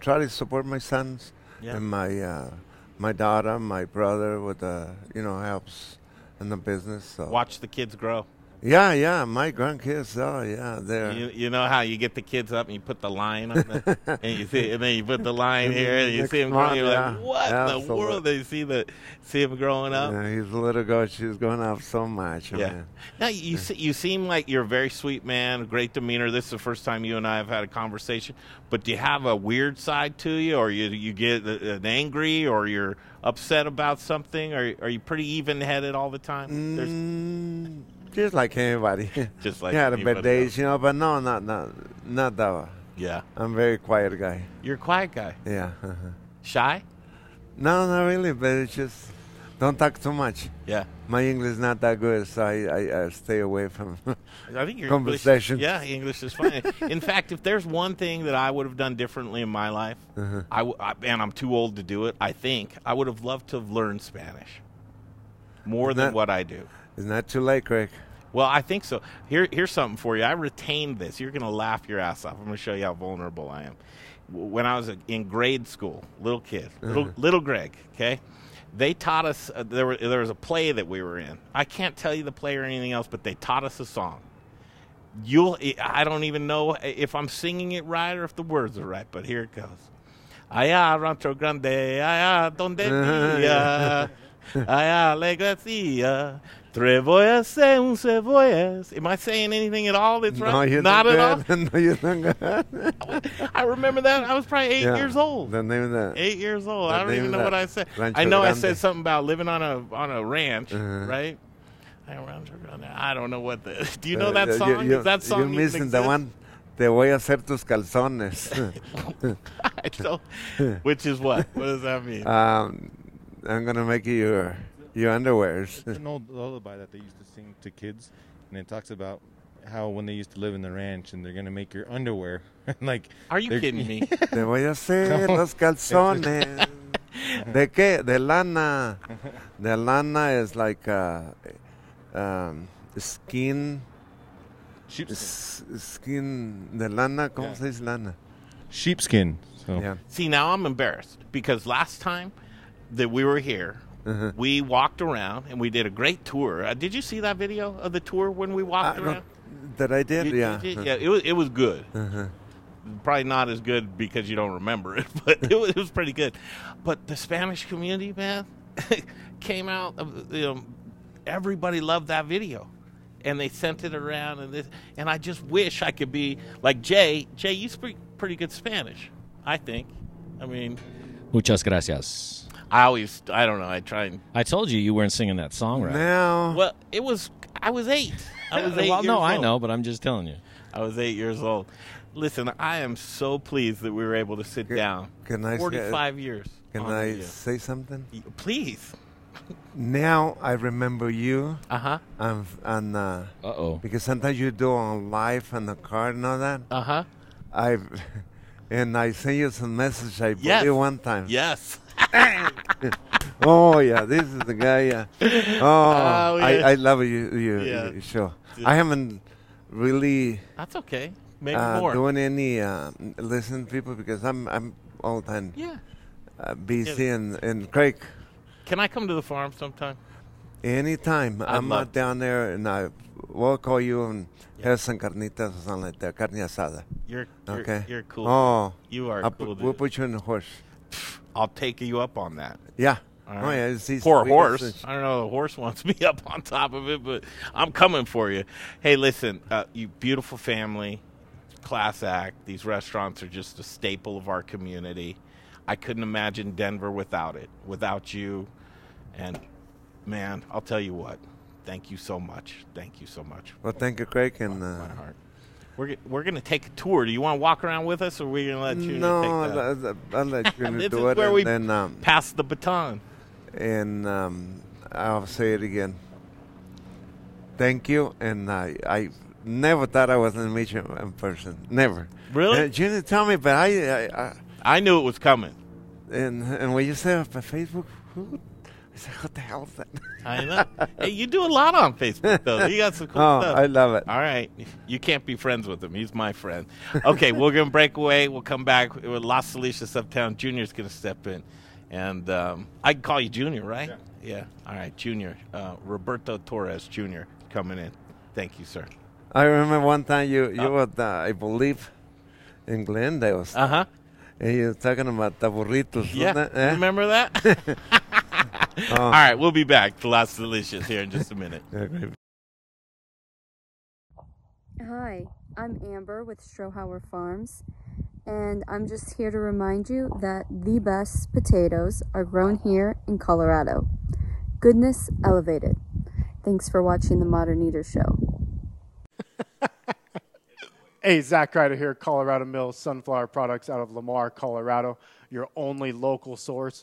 S1: try to support my sons
S2: Yeah.
S1: and my uh, my daughter, my brother with the, you know, helps in the business. So.
S2: Watch the kids grow.
S1: Yeah, yeah, my grandkids. Oh, yeah, they're.
S2: You, you know how you get the kids up and you put the line on the, and you see, and then you put the line here and you
S1: Next
S2: see them
S1: month,
S2: growing. You're
S1: yeah.
S2: like, what in the
S1: Absolutely.
S2: world? They see the see them growing up.
S1: Yeah, he's a little girl. She's going up so much.
S2: Yeah.
S1: Man.
S2: Now you se- you seem like you're a very sweet man, great demeanor. This is the first time you and I have had a conversation. But do you have a weird side to you, or you you get uh, uh, angry, or you're upset about something? Or are you pretty even headed all the time? There's-
S1: Mm, just like anybody.
S2: Just like
S1: yeah, had a
S2: anybody
S1: bad days, you know. But no, not not not that. One.
S2: yeah,
S1: I'm very quiet guy.
S2: you're a quiet guy,
S1: Yeah. uh-huh.
S2: shy.
S1: no, not really. But it's just don't talk too much.
S2: Yeah,
S1: My English is not that good, so I, I, I stay away from.
S2: I think your
S1: Conversation.
S2: English, yeah, English is fine. in fact, if there's one thing that I would have done differently in my life,
S1: Uh-huh.
S2: I, w- I and I'm too old to do it. I think I would have loved to have learned Spanish more than
S1: That-
S2: what I do.
S1: it's not too late, Craig.
S2: Well, I think so. Here, here's something for you. I retained this. You're going to laugh your ass off. I'm going to show you how vulnerable I am. W- When I was a- in grade school, little kid, little, little Greg, okay, they taught us. Uh, there, were, there was a play that we were in. I can't tell you the play or anything else, but they taught us a song. You'll. I don't even know if I'm singing it right or if the words are right, but here it goes. Allá Rancho Grande, allá donde vivía, allá la iglesia, tres voyas y un cebollas. Am I saying anything at all that's
S1: No,
S2: right?
S1: you're
S2: Not
S1: good.
S2: at
S1: no, you're not good.
S2: all. I remember that. I was probably eight
S1: Yeah,
S2: years old.
S1: The name of that.
S2: Eight years old.
S1: the
S2: I don't even
S1: name of
S2: know
S1: that
S2: what I said.
S1: Rancho
S2: I know I
S1: Grande.
S2: said something about living on a on a ranch,
S1: Uh-huh.
S2: right? Allá Rancho Grande. I don't know what the. Do you know
S1: Uh,
S2: that
S1: you-
S2: song?
S1: you-
S2: Does that song
S1: You're
S2: even
S1: missing the
S2: exist?
S1: one. Te voy a hacer tus calzones.
S2: I don't- Which is what? What does that mean?
S1: um, I'm gonna make you your your underwears.
S6: It's an old lullaby that they used to sing to kids, and it talks about how when they used to live in the ranch and they're gonna make your underwear. like,
S2: Are you
S6: they're-
S2: kidding me?
S1: Te voy a hacer los calzones. ¿De qué? De lana. De lana is like uh, um, skin.
S6: Sheepskin.
S1: s- Skin de lana, ¿cómo
S6: Yeah.
S1: se dice lana?
S6: Sheepskin. So.
S1: Yeah.
S2: See, now I'm embarrassed because last time that we were here,
S1: Uh-huh.
S2: we walked around and we did a great tour. Uh, did you see that video of the tour when we
S1: I
S2: walked
S1: don't-
S2: around?
S1: that I did,
S2: You- you
S1: yeah. Uh-huh.
S2: did? yeah, it was it was good. Probably not as good because you don't remember it, but it was, it was pretty good. But the Spanish community, man, came out. Of, you know, everybody loved that video, and they sent it around. And this, and I just wish I could be like Jay. Jay, you speak pretty good Spanish, I think. I mean,
S7: Muchas gracias.
S2: I always, I don't know. I try and
S7: I told you you weren't singing that song right.
S1: Now,
S2: well, it was. I was eight. I was eight.
S7: well,
S2: years
S7: no, I
S2: old.
S7: know, but I'm just telling you.
S2: I was eight years old. Listen, I am so pleased that we were able to sit down.
S1: can I say- uh,
S2: 45 years.
S1: can
S2: on
S1: I
S2: with
S1: say something?
S2: you. Y- Please.
S1: Now I remember you.
S2: Uh huh.
S1: and, and uh,
S7: Uh oh.
S1: because sometimes you do on live on the card and all that.
S2: Uh huh.
S1: I and I sent you some message. I put
S2: Yes.
S1: you one time.
S2: Yes.
S1: Oh yeah, this is the guy. Yeah. Oh,
S2: yeah.
S1: I, I love you. You,
S2: Yeah.
S1: you show. I haven't really
S2: That's okay. Maybe
S1: uh,
S2: more.
S1: doing any uh, listen people because I'm I'm all the time
S2: yeah.
S1: uh, busy and and Craig.
S2: Can I come to the farm sometime?
S1: Anytime
S2: I'd
S1: I'm
S2: love
S1: out down there and I will call you and have some carnitas or something like that, carne asada.
S2: You're you're,
S1: Okay.
S2: you're cool.
S1: Oh,
S2: You are
S1: I'll
S2: cool.
S1: put, we'll
S2: dude.
S1: put you on the horse.
S2: I'll take you up on that.
S1: Yeah.
S2: All
S1: Oh
S2: right.
S1: yeah. It's these
S2: for a
S1: sweet
S2: horse.
S1: sausage.
S2: I don't know. The horse wants me up on top of it, but I'm coming for you. Hey, listen, uh, you beautiful family, class act. These restaurants are just a staple of our community. I couldn't imagine Denver without it, without you. And man, I'll tell you what. Thank you so much. Thank you so much.
S1: Well, thank you, Craig, and
S2: My
S1: uh,
S2: heart. We're, g- we're going to take a tour. Do you want to walk around with us, or are we going to let you
S1: no,
S2: take the,
S1: I'll, I'll, I'll let you
S2: This
S1: do
S2: is
S1: it,
S2: where
S1: and
S2: we-
S1: then um,
S2: pass the baton?
S1: and um, I'll say it again. Thank you, and I, I never thought I was going to meet you in person. Never.
S2: Really?
S1: Uh, you didn't tell me, but I, I, I
S2: I knew it was coming.
S1: and and when you said up on Facebook, who? I said, what the hell is that?
S2: I know. hey, you do a lot on Facebook, though. You got some cool
S1: oh,
S2: stuff.
S1: I love it.
S2: All right. You can't be friends with him. He's my friend. Okay, we're going to break away. We'll come back. We're Las Salinas Uptown. Junior's going to step in. And um, I can call you Junior, right? Yeah. All right, Junior. Uh, Roberto Torres Jr. coming in. Thank you, sir.
S1: I remember one time you you
S2: Oh.
S1: were, uh, I believe, in Glendale,
S2: Uh huh.
S1: and you were talking about the burritos.
S2: Yeah.
S1: wasn't it? Eh?
S2: Remember that?
S1: Oh.
S2: All right, we'll be back to Las Delicious here in just a minute.
S1: Okay.
S8: Hi, I'm Amber with Strohauer Farms, and I'm just here to remind you that the best potatoes are grown here in Colorado. Goodness elevated. Thanks for watching the Modern Eater Show.
S9: Hey, Zach Ryder here, Colorado Mills Sunflower Products out of Lamar, Colorado. Your only local source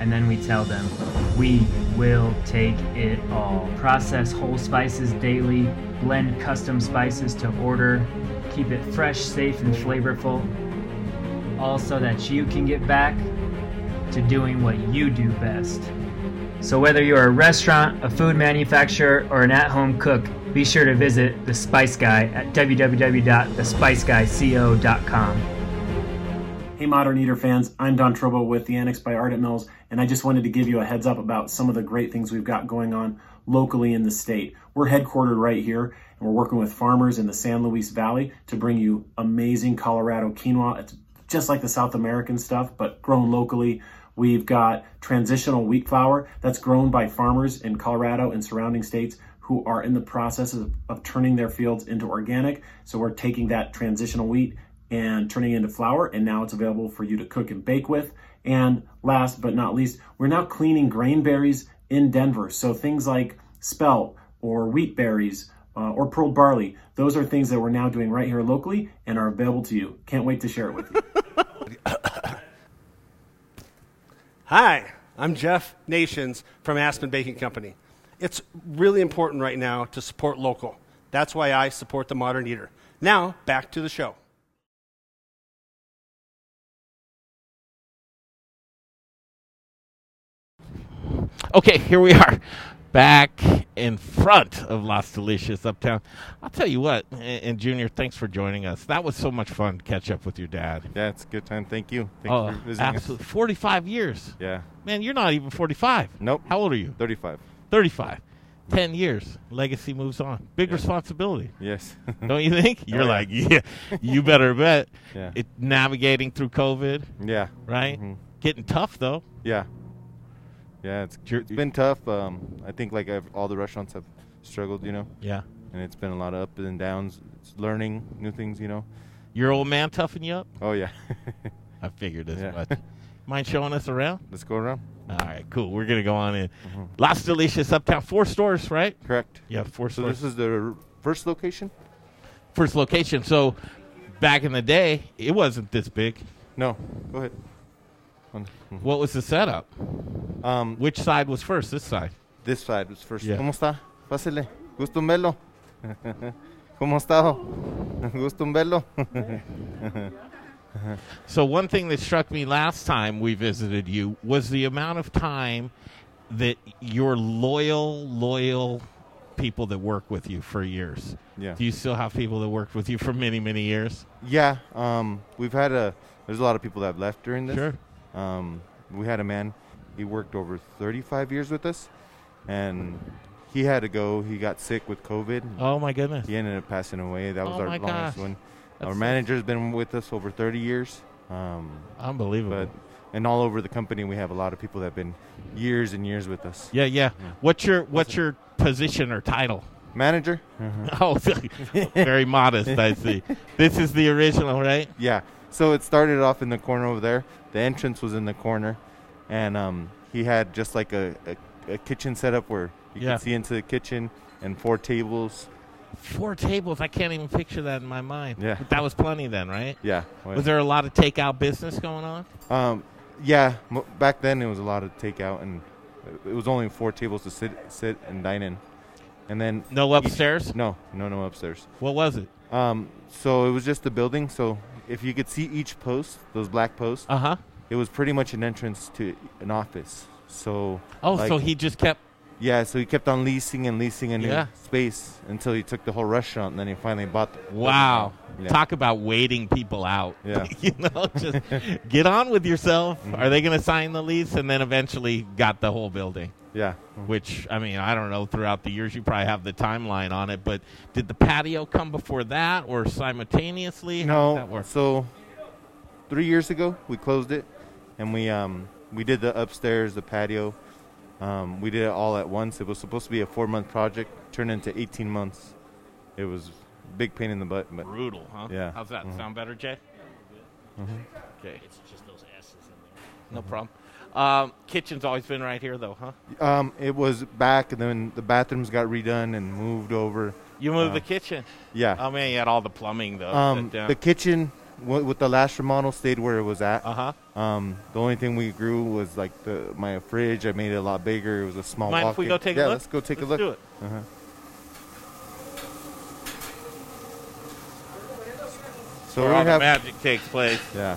S10: and then we tell them, we will take it all. Process whole spices daily, blend custom spices to order, keep it fresh, safe, and flavorful, all so that you can get back to doing what you do best. So, whether you're a restaurant, a food manufacturer, or an at home cook, be sure to visit The Spice Guy at www.thespiceguyco.com.
S11: Hey, Modern Eater fans, I'm Don Trobo with the Annex by Art at Mills, and I just wanted to give you a heads up about some of the great things we've got going on locally in the state. We're headquartered right here, and we're working with farmers in the San Luis Valley to bring you amazing Colorado quinoa. It's just like the South American stuff, but grown locally. We've got transitional wheat flour that's grown by farmers in Colorado and surrounding states who are in the process of, of turning their fields into organic. So we're taking that transitional wheat and turning it into flour, and now it's available for you to cook and bake with. And last but not least, we're now cleaning grain berries in Denver. So things like spelt or wheat berries uh, or pearl barley, those are things that we're now doing right here locally and are available to you. Can't wait to share it with you.
S12: Hi, I'm Jeff Nations from Aspen Baking Company. It's really important right now to support local. That's why I support the Modern Eater. Now, back to the show.
S2: Okay, here we are, back in front of Las Delicious Uptown. I'll tell you what, a- and Junior, thanks for joining us. That was so much fun to catch up with your dad.
S6: Yeah, it's a good time. Thank you. Thanks
S2: oh,
S6: for visiting us.
S2: absolutely, forty-five years.
S6: Yeah.
S2: Man, you're not even forty-five.
S6: Nope.
S2: How old are you?
S6: 35.
S2: Thirty-five. Ten years. Legacy moves on. Big
S6: Yeah.
S2: responsibility.
S6: Yes. Oh,
S2: Don't you think? You're
S6: yeah.
S2: like, yeah, you better bet.
S6: Yeah.
S2: It, navigating through COVID,
S6: yeah.
S2: right?
S6: Mhm.
S2: Getting tough though.
S6: Yeah. Yeah, it's, it's been tough. Um, I think like I've, all the restaurants have struggled, you know,
S2: Yeah.
S6: and it's been a lot of up and downs. It's learning new things, you know.
S2: Your old man toughing you up.
S6: Oh yeah.
S2: I figured as
S6: Yeah.
S2: much. Mind showing us around?
S6: Let's go around. Mm-hmm.
S2: All right, cool. We're gonna go on in. Las Delicious Uptown, four stores, right?
S6: Correct.
S2: Yeah, four
S6: So
S2: stores.
S6: this is the r- first location?
S2: First location. So back in the day, it wasn't this big.
S6: No. Go ahead. On-
S2: What was the setup?
S6: Um,
S2: Which side was first? This side.
S6: this side was first.
S2: Yeah.
S6: ¿Cómo está? Pásele. Gusto en verlo. ¿Cómo está? Gusto en verlo.
S2: So one thing that struck me last time we visited you was the amount of time that your loyal, loyal people that work with you for years.
S6: Yeah.
S2: Do you still have people that worked with you for many, many years?
S6: Yeah, um, we've had a. There's a lot of people that have left during this.
S2: Sure.
S6: Um, we had a man. He worked over 35 years with us, and he had to go. He got sick with COVID.
S2: Oh my goodness.
S6: He ended up passing away. That was
S2: Oh
S6: our
S2: my
S6: longest
S2: gosh.
S6: one.
S2: That's
S6: our
S2: so-
S6: manager's been with us over 30 years. Um,
S2: Unbelievable.
S6: but and all over the company, we have a lot of people that have been years and years with us.
S2: Yeah, yeah. What's your What's your position or title?
S6: Manager.
S2: Oh, very modest. I see. This is the original, right?
S6: Yeah. So it started off in the corner over there. The entrance was in the corner, and um, he had just like a, a, a kitchen setup where you
S2: Yeah.
S6: could see into the kitchen and four tables.
S2: Four tables. I can't even picture that in my mind.
S6: Yeah.
S2: But that was plenty then, right?
S6: Yeah.
S2: Was there a lot of takeout business going on?
S6: Um, yeah. Mo- back then it was a lot of takeout, and it was only four tables to sit sit and dine in, and then
S2: no upstairs.
S6: no, no, no upstairs.
S2: What was it?
S6: Um, so it was just the building. So if you could see each post, those black posts.
S2: Uh huh.
S6: It was pretty much an entrance to an office. So.
S2: Oh, so he just kept.
S6: Yeah, so he kept on leasing and leasing a new
S2: Yeah.
S6: space until he took the whole restaurant, and then he finally bought. The
S2: Wow.
S6: Yeah.
S2: Talk about waiting people out.
S6: Yeah. Mm-hmm.
S2: you know, just get on with yourself. Are they going to sign the lease? And then eventually got the whole building.
S6: Yeah.
S2: Which, I mean, I don't know, throughout the years, you probably have the timeline on it, but did the patio come before that or simultaneously? How did that
S6: No,
S2: work?
S6: so three years ago we closed it, and we um we did the upstairs, the patio. Um, we did it all at once. It was supposed to be a four month project, turned into eighteen months. It was a big pain in the butt, but
S2: Brutal, huh?
S6: Yeah.
S2: How's that?
S6: Mhm.
S2: Sound better, Jay?
S6: Mhm.
S2: Okay. It's just those S's in there. No problem. Um, kitchen's always been right here, though, huh?
S6: Um, it was back, and then the bathrooms got redone and moved over.
S2: You moved
S6: Uh,
S2: the kitchen.
S6: Yeah.
S2: Oh, man, you had all the plumbing, though. uh,
S6: Um,
S2: set down.
S6: the kitchen w- with the last remodel stayed where it was at.
S2: Uh
S6: huh. Um, the only thing we grew was like the my fridge. I made it a lot bigger. It was a small.
S2: Mind if we
S6: walk-in.
S2: go take a
S6: yeah,
S2: look?
S6: let's go take a look.
S2: Let's do it.
S6: Uh-huh. So
S2: Where
S6: we
S2: all the
S6: have
S2: magic takes place.
S6: Yeah,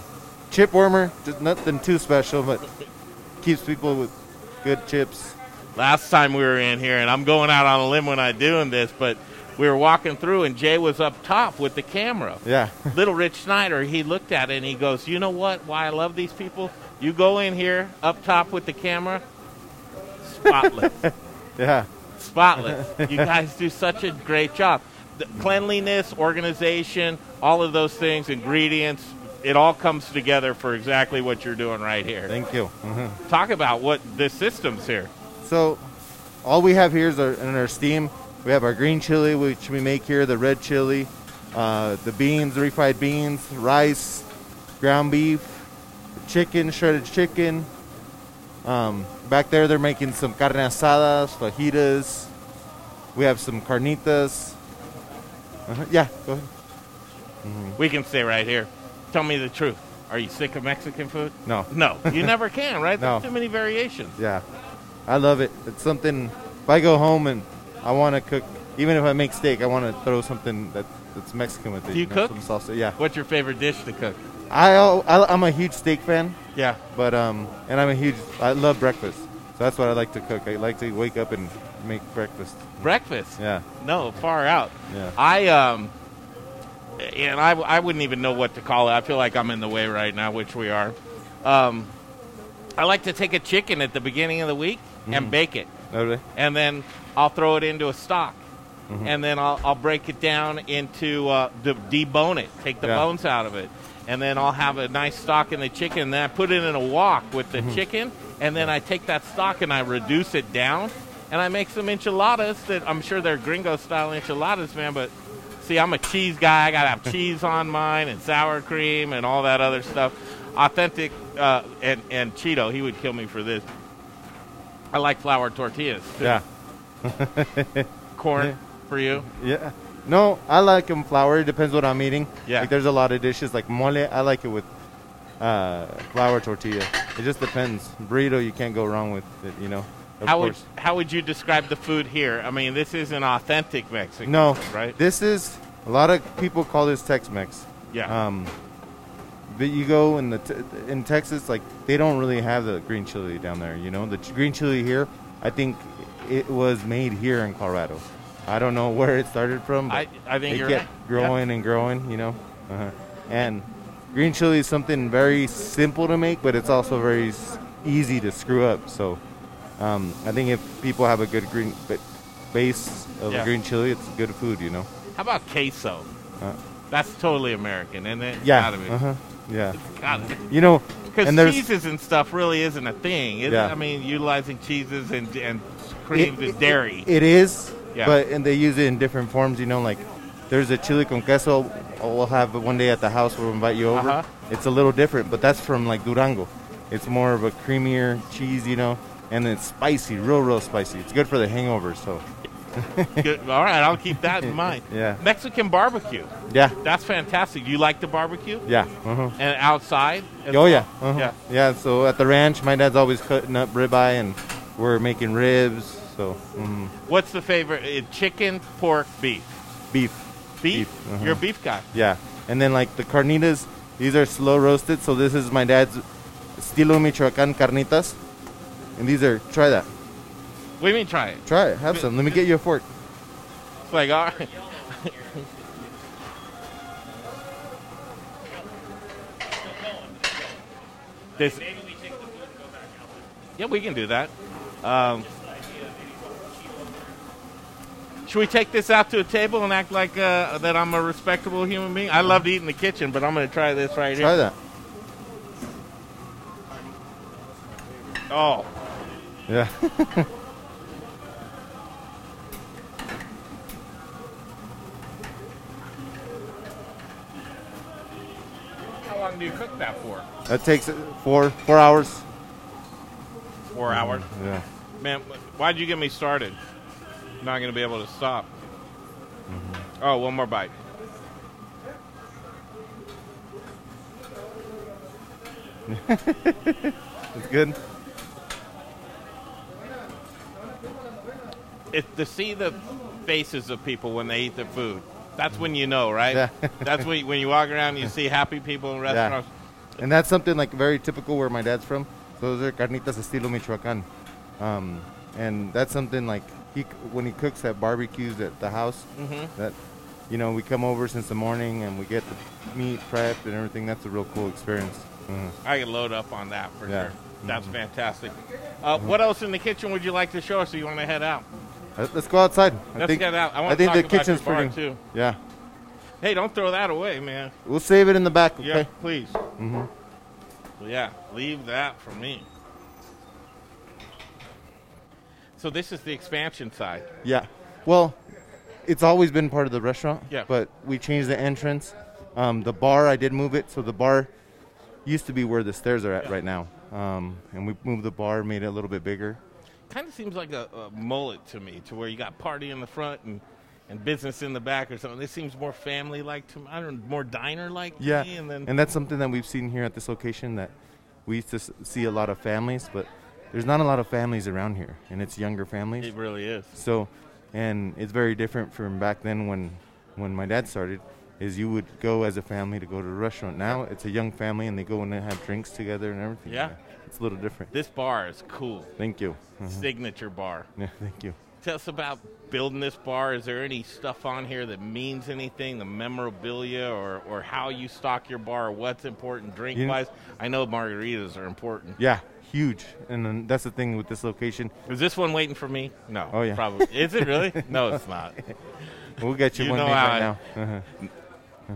S6: chip warmer. Just nothing too special, but keeps people with good chips.
S2: last time we were in here, and I'm going out on a limb when I doing this, but we were walking through, and Jay was up top with the camera.
S6: Yeah.
S2: Little Rich Snyder, he looked at it and he goes, "You know what? Why I love these people? You go in here up top with the camera, spotless,
S6: Yeah.
S2: spotless. You guys do such a great job. The cleanliness, organization, all of those things, ingredients." It all comes together for exactly what you're doing right here.
S6: Thank you. Mhm.
S2: Talk about what the system's here.
S6: So, all we have here is our, in our steam. We have our green chili, which we make here, the red chili, uh, the beans, refried beans, rice, ground beef, chicken, shredded chicken. Um, back there, they're making some carne asadas, fajitas. We have some carnitas. Uh-huh. Yeah, go ahead. Mm-hmm.
S2: We can stay right here. Tell me the truth. Are you sick of Mexican food?
S6: No.
S2: No. You never can, right?
S6: No.
S2: There's too many variations.
S6: Yeah, I love it. It's something. If I go home and I want to cook, even if I make steak, I want to throw something that, that's Mexican with it.
S2: Do you
S6: know,
S2: cook?
S6: Some salsa. Yeah.
S2: What's your favorite dish to cook?
S6: I, I I'm a huge steak fan.
S2: Yeah.
S6: But um, and I'm a huge. I love breakfast. So that's what I like to cook. I like to wake up and make breakfast.
S2: Breakfast.
S6: Yeah.
S2: No, far out.
S6: Yeah.
S2: I um and I, I wouldn't even know what to call it. I feel like I'm in the way right now, which we are. Um, I like to take a chicken at the beginning of the week and
S6: Mhm.
S2: bake it.
S6: Okay.
S2: and then I'll throw it into a stock,
S6: Mhm.
S2: Mm-hmm. and then I'll, I'll break it down into uh, de- debone it, take the
S6: Yeah.
S2: bones out of it, and then I'll have a nice stock in the chicken. And then I put it in a wok with the
S6: Mhm.
S2: chicken, and then I take that stock and I reduce it down, and I make some enchiladas that I'm sure they're gringo style enchiladas, man. But see, I'm a cheese guy. I gotta have cheese on mine and sour cream and all that other stuff. Authentic uh, and and Cheeto, he would kill me for this. I like flour tortillas. too
S6: Yeah.
S2: corn for you.
S6: yeah. No, I like them flour. It depends what I'm eating.
S2: Yeah.
S6: Like there's a lot of dishes like mole. I like it with uh, flour tortilla. It just depends. Burrito, you can't go wrong with it. You know. Of
S2: how
S6: course.
S2: would how would you describe the food here? I mean, this isn't authentic Mexican.
S6: No,
S2: food, right?
S6: This is a lot of people call this Tex-Mex.
S2: Yeah.
S6: Um, but you go in the t- in Texas, like they don't really have the green chili down there. You know, the ch- green chili here, I think it was made here in Colorado. I don't know where it started from. But
S2: I- I think
S6: it
S2: you're
S6: kept
S2: right. Yeah.
S6: growing and growing. You know, uh-huh. and green chili is something very simple to make, but it's also very s- easy to screw up. So. Um, I think if people have a good green ba- base of
S2: Yeah.
S6: green chili, it's good food, you know.
S2: How about queso?
S6: Uh,
S2: That's totally American, isn't it?
S6: Yeah,
S2: Gotta be.
S6: uh-huh. Yeah.
S2: God.
S6: You know,
S2: Because
S6: and there's
S2: cheeses and stuff really isn't a thing. Is
S6: Yeah.
S2: it? I mean, utilizing cheeses and, and creams and dairy.
S6: It is,
S2: Yeah.
S6: but and they use it in different forms. You know, like there's a chili con queso. We'll have it one day at the house. We'll invite you over.
S2: Uh-huh.
S6: It's a little different, but that's from like Durango. It's more of a creamier cheese, you know, and it's spicy, real, real spicy. It's good for the hangover. So,
S2: Good. All right, I'll keep that in mind.
S6: Yeah.
S2: Mexican barbecue.
S6: Yeah.
S2: That's fantastic. You like the barbecue?
S6: yeah. Uh-huh.
S2: And outside? as
S6: Oh
S2: well?
S6: yeah. Uh-huh.
S2: Yeah.
S6: Yeah. So at the ranch, my dad's always cutting up ribeye, and we're making ribs. So mhm.
S2: What's the favorite? Uh, chicken, pork, beef.
S6: beef.
S2: Beef?
S6: uh-huh.
S2: You're a beef guy.
S6: Yeah, and then like the carnitas, these are slow roasted. So this is my dad's estilo Michoacan carnitas, and these are try that.
S2: What do you mean try it?
S6: Try it. Have some. Let me get you a fork.
S2: It's like, all right. this. Yeah, we can do that. Um, should we take this out to a table and act like uh, that I'm a respectable human being? I love to eat in the kitchen, but I'm going to try this right here.
S6: Try that.
S2: Oh,
S6: Yeah.
S2: how long do you cook that for?
S6: that takes uh, four four hours.
S2: Four hours.
S6: Yeah.
S2: Man, wh- why'd you get me started? Not going to be able to stop. Oh, one more bite.
S6: It's good.
S2: It's to see the faces of people when they eat their food. That's when you know, right? That's when you, when you walk around and you see happy people in
S6: Yeah.
S2: restaurants.
S6: And that's something like very typical where my dad's from. So those are carnitas estilo Michoacan, um, and that's something like he c- when he cooks at barbecues at the house.
S2: Mhm.
S6: That you know we come over since the morning and we get the meat prepped and everything. That's a real cool experience. Mhm.
S2: I can load up on that for
S6: Yeah. Mm-hmm.
S2: sure. That's fantastic. Uh, What else in the kitchen would you like to show us? Or you want to head out?
S6: Uh, Let's go outside. I
S2: Let's
S6: think,
S2: get out. I wanna
S6: think
S2: talk
S6: the
S2: about your
S6: kitchen's
S2: bar,
S6: pretty.
S2: too.
S6: Yeah,
S2: Hey, don't throw that away, man.
S6: we'll save it in the back. Okay.
S2: Yeah, please.
S6: hmm
S2: Yeah, leave that for me. So this is the expansion side.
S6: Yeah. Well, it's always been part of the restaurant.
S2: Yeah.
S6: But we changed the entrance. Um, the bar, I did move it. So the bar used to be where the stairs are at right now. Um, and we moved the bar, made it a little bit bigger.
S2: Kind of seems like a, a mullet to me, to where you got party in the front and, and business in the back or something. This seems more family like to me. I don't know, more diner like
S6: Yeah.
S2: to me. And then
S6: that's something that we've seen here at this location that we used to s- see a lot of families, but there's not a lot of families around here, and it's younger families.
S2: It really is.
S6: So, and it's very different from back then when when my dad started. Is you would go as a family to go to a restaurant. Now it's a young family, and they go and they have drinks together and everything.
S2: Yeah.
S6: It's a little different.
S2: this bar is cool.
S6: Thank you. Mhm.
S2: Signature bar.
S6: Yeah, thank you.
S2: Tell us about building this bar. Is there any stuff on here that means anything? The memorabilia or, or how you stock your bar, what's important drink wise? I know margaritas are important.
S6: Yeah, huge. And then that's the thing with this location.
S2: Is this one waiting for me? No.
S6: Oh, yeah.
S2: Probably. Is it really? No, it's not.
S6: We'll get you, one
S2: know
S6: made
S2: how
S6: right
S2: I-
S6: now. Uh-huh.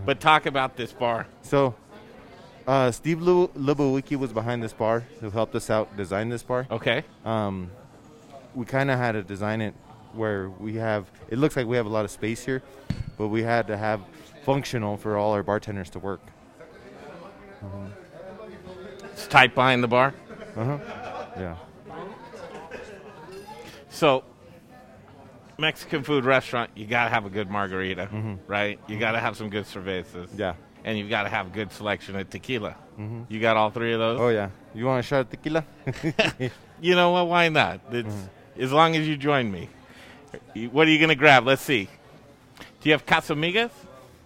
S2: But talk about this bar.
S6: So, uh, Steve Lu- Lubowicki was behind this bar, who helped us out design this bar.
S2: Okay.
S6: Um, we kind of had to design it where we have, it looks like we have a lot of space here, but we had to have functional for all our bartenders to work.
S2: It's tight behind the bar.
S6: Uh-huh. Yeah.
S2: So, Mexican food restaurant, you got to have a good margarita, right? You got to have some good cervezas.
S6: Mm-hmm. Yeah.
S2: And you've got to have a good selection of tequila.
S6: Mhm.
S2: You got all three of those?
S6: Oh, yeah. You want a shot of tequila?
S2: You know what? Why not? It's,
S6: Mm-hmm.
S2: As long as you join me. You- What are you going to grab? Let's see. Do you have Casamigas?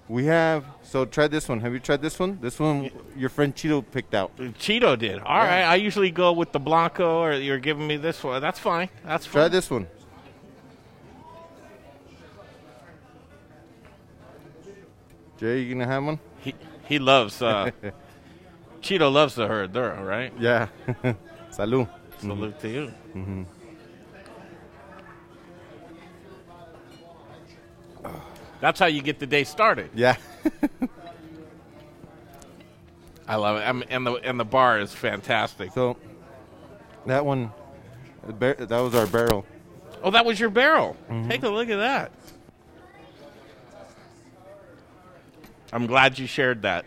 S6: we have, so try this one. Have you tried this one? This one your friend Cheeto picked out.
S2: Cheeto did. All right. I usually go with the Blanco, or you're giving me this one. That's fine. That's fine.
S6: Try this one. Jay, you gonna have one?
S2: He, he loves, uh, Cheeto loves the Herradura, right?
S6: Yeah. Salud.
S2: Salute to you.
S6: Mm-hmm.
S2: That's how you get the day started.
S6: Yeah.
S2: I love it. i and the and the bar is fantastic.
S6: So that one, the bar- that was our barrel.
S2: Oh, that was your barrel.
S6: Mhm.
S2: Take a look at that. I'm glad you shared that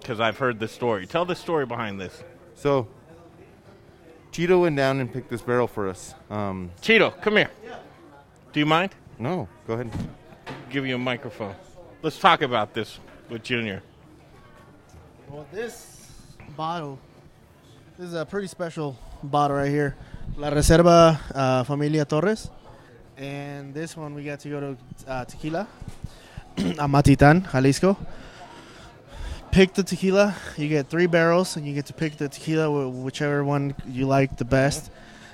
S2: because I've heard the story. Tell the story behind this.
S6: Mm-hmm. So Cheeto went down and picked this barrel for us. Um,
S2: Cheeto, come here. Do you mind?
S6: No, go ahead.
S2: Give you a microphone. Let's talk about this with Junior.
S13: Well, this bottle, this is a pretty special bottle right here. La Reserva uh, Familia Torres. And this one we got to go to uh, tequila, Amatitan, Jalisco. Pick the tequila. You get three barrels, and you get to pick the tequila, wh- whichever one you like the best.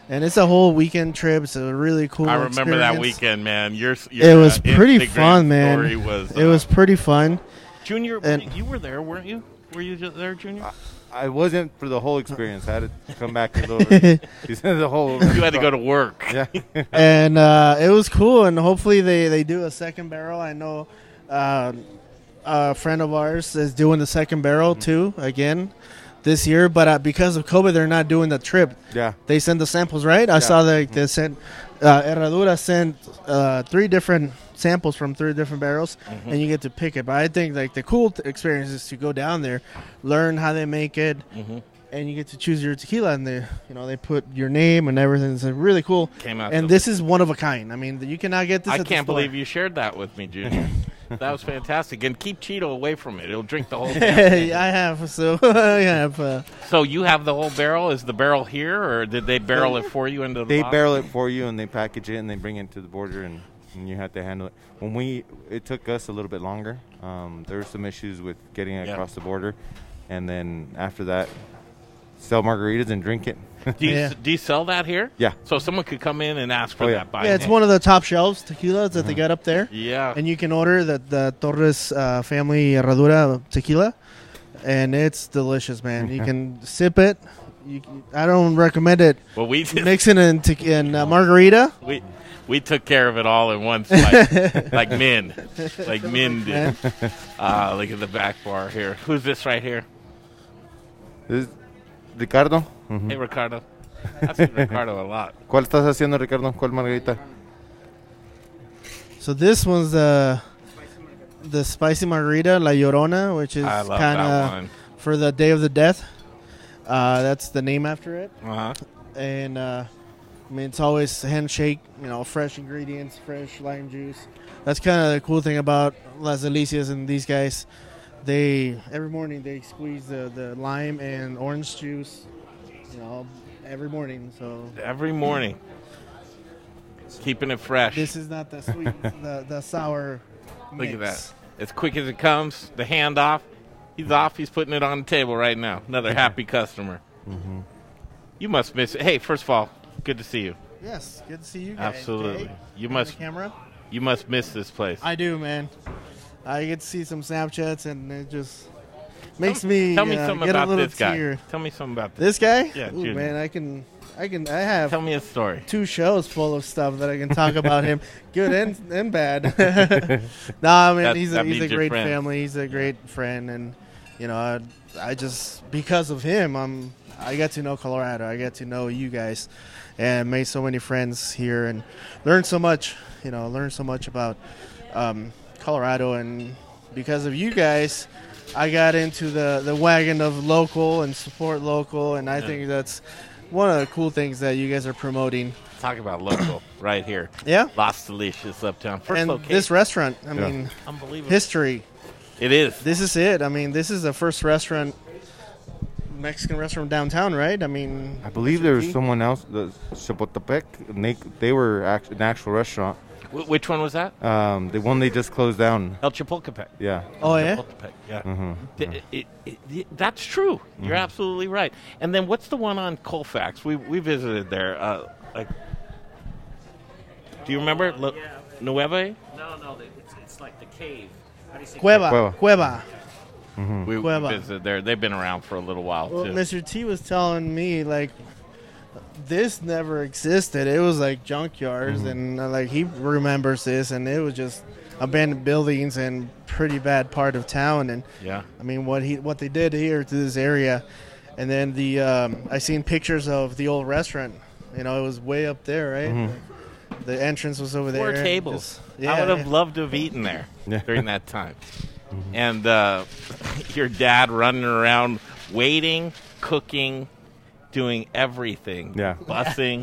S13: And it's a whole weekend trip. It's a really cool.
S2: I remember that
S13: experience.
S2: weekend, man. Your, your
S13: It was
S2: uh,
S13: pretty
S2: Instagram
S13: fun, man.
S2: Story was, uh,
S13: it was pretty fun.
S2: Junior,
S13: And-
S2: you were there, weren't you? Were you ju- there, Junior?
S6: I wasn't for the whole experience. I had to come back and over. the whole.
S2: You had to go to work.
S6: Yeah.
S13: and uh, it was cool. And hopefully they, they do a second barrel. I know uh, a friend of ours is doing the second
S6: Mm.
S13: barrel too again this year, but uh, because of COVID, they're not doing the trip.
S6: Yeah.
S13: they send the samples right. I
S6: Yeah. Mm-hmm.
S13: saw they they sent uh, Herradura sent uh, three different samples from three different barrels,
S6: Mm-hmm.
S14: Mhm.
S13: and you get to pick it. But I think like the cool t- experience is to go down there, learn how they make it.
S2: Mhm.
S13: And you get to choose your tequila, and they, you know, they put your name and everything. It's like, really cool.
S2: Came out
S13: and
S2: delicious.
S13: this is one of a kind. I mean, you cannot get this. at
S2: I
S13: the
S2: can't
S13: store.
S2: believe you shared that with me, Junior. that was fantastic. And keep Cheeto away from it; he'll drink the whole. thing.
S13: I have so I have. Uh,
S2: So you have the whole barrel. Is the barrel here, or did they barrel it for you into the?
S6: They
S2: box?
S6: barrel it for you and they package it and they bring it to the border and, and you have to handle it. When we, it took us a little bit longer. Um, there were some issues with getting it
S2: Yeah.
S6: across the border, and then after that, sell margaritas and drink it.
S2: Do you, do you sell that here?
S6: Yeah.
S2: So someone could come in and ask for
S6: Oh, yeah.
S2: that. By
S13: yeah, it's
S2: hand.
S13: one of the top shelves tequilas that they got up there.
S2: Mm-hmm. Yeah.
S13: and you can order the, the Torres uh, family Herradura tequila, and it's delicious, man.
S2: Mm-hmm.
S13: You can sip it. You, can- I don't recommend it.
S2: Well, we did-
S13: mixing in te- in uh, margarita.
S2: We we took care of it all in one slice, like men, like men did. Uh, look at the back bar here. Who's this right here?
S6: This- Ricardo.
S13: Mm-hmm.
S6: Mhm.
S2: Hey, Ricardo. I've seen Ricardo a lot.
S6: ¿Cuál estás haciendo, Ricardo? ¿Cuál margarita?
S13: So this one's the the spicy margarita La Llorona, which is
S2: I love that
S13: kind
S2: one.
S13: of for the Day of the Death. Uh, that's the name after it.
S2: Uh-huh.
S13: And uh, I mean, it's always handshake. You know, fresh ingredients, fresh lime juice. That's kind of the cool thing about Las Delicias and these guys. They every morning they squeeze the, the lime and orange juice. You know, every morning. So
S2: Every morning, keeping it fresh.
S13: This is not the sweet, the, the sour.
S2: Look at
S13: mix.
S2: that. As quick as it comes, the handoff. He's off. He's putting it on the table right now. Another happy customer.
S6: Mm-hmm.
S2: You must miss it. Hey, first of all, good to see you.
S13: Yes, good to see you guys.
S2: Absolutely.
S13: Jay,
S2: You
S13: on the
S2: must.
S13: camera.
S2: You must miss this place.
S13: I do, man. I get to see some Snapchats, and it just makes me
S2: Tell me
S13: uh,
S2: something
S13: get
S2: about
S13: a little
S2: this guy.
S13: tear.
S2: Tell me something about
S13: This
S2: this.
S13: guy?
S2: Yeah,
S13: Ooh,
S2: Junior.
S13: man, I can, I can, I have.
S2: Tell me a story.
S13: Two shows full of stuff that I can talk about him, good and and bad. nah, man,
S2: That-
S13: he's a,
S2: that
S13: he's a
S2: means your
S13: great
S2: friend.
S13: family. He's a great friend, and you know, I, I just because of him, I'm I got to know Colorado. I got to know you guys, and made so many friends here, and learned so much. You know, learned so much about um, Colorado, and because of you guys. I got into the, the wagon of local and support local, and I
S2: Yeah.
S13: think that's one of the cool things that you guys are promoting.
S2: Talk about local right here.
S13: Yeah.
S2: Las Delicias Uptown. First
S13: and
S2: location.
S13: this restaurant, I
S2: Yeah.
S13: mean,
S2: Unbelievable.
S13: history.
S2: It is.
S13: This is it. I mean, this is the first restaurant, Mexican restaurant downtown, right? I mean,
S6: I believe there was someone else, the Chapultepec. and They, they were act- an actual restaurant.
S2: Wh- which one was that?
S6: Um, the one they just closed down.
S2: El Chapultepec.
S6: Yeah.
S13: Oh, yeah?
S2: Chapultepec, yeah.
S6: Mhm.
S2: Th- it- it- it- that's true. You're absolutely right. And then what's the one on Colfax? We we visited there. Uh, like, do you remember La- Nueva?
S15: No, no, they- it's, it's like the cave. How do you say
S13: Cueva,
S2: Cueva.
S13: Cueva.
S2: We, we
S13: Cueva.
S2: visited there. They've been around for a little while
S13: Well,
S2: too.
S13: Mr. T was telling me like this
S6: Mm-hmm.
S13: never existed. It was like junkyards, and uh, like he remembers this, and it was just abandoned buildings and pretty bad part of town. And
S2: Yeah.
S13: I mean, what he what they did here to this area, and then the um, I seen pictures of the old restaurant. You know, it was way up there, right?
S2: Mhm.
S13: The entrance was over
S2: Four
S13: there. and
S2: tables.
S13: just- yeah,
S2: I would have
S13: yeah.
S2: loved to have eaten there during that time. And uh, your dad running around, waiting, cooking, doing everything.
S6: Yeah.
S2: Busing.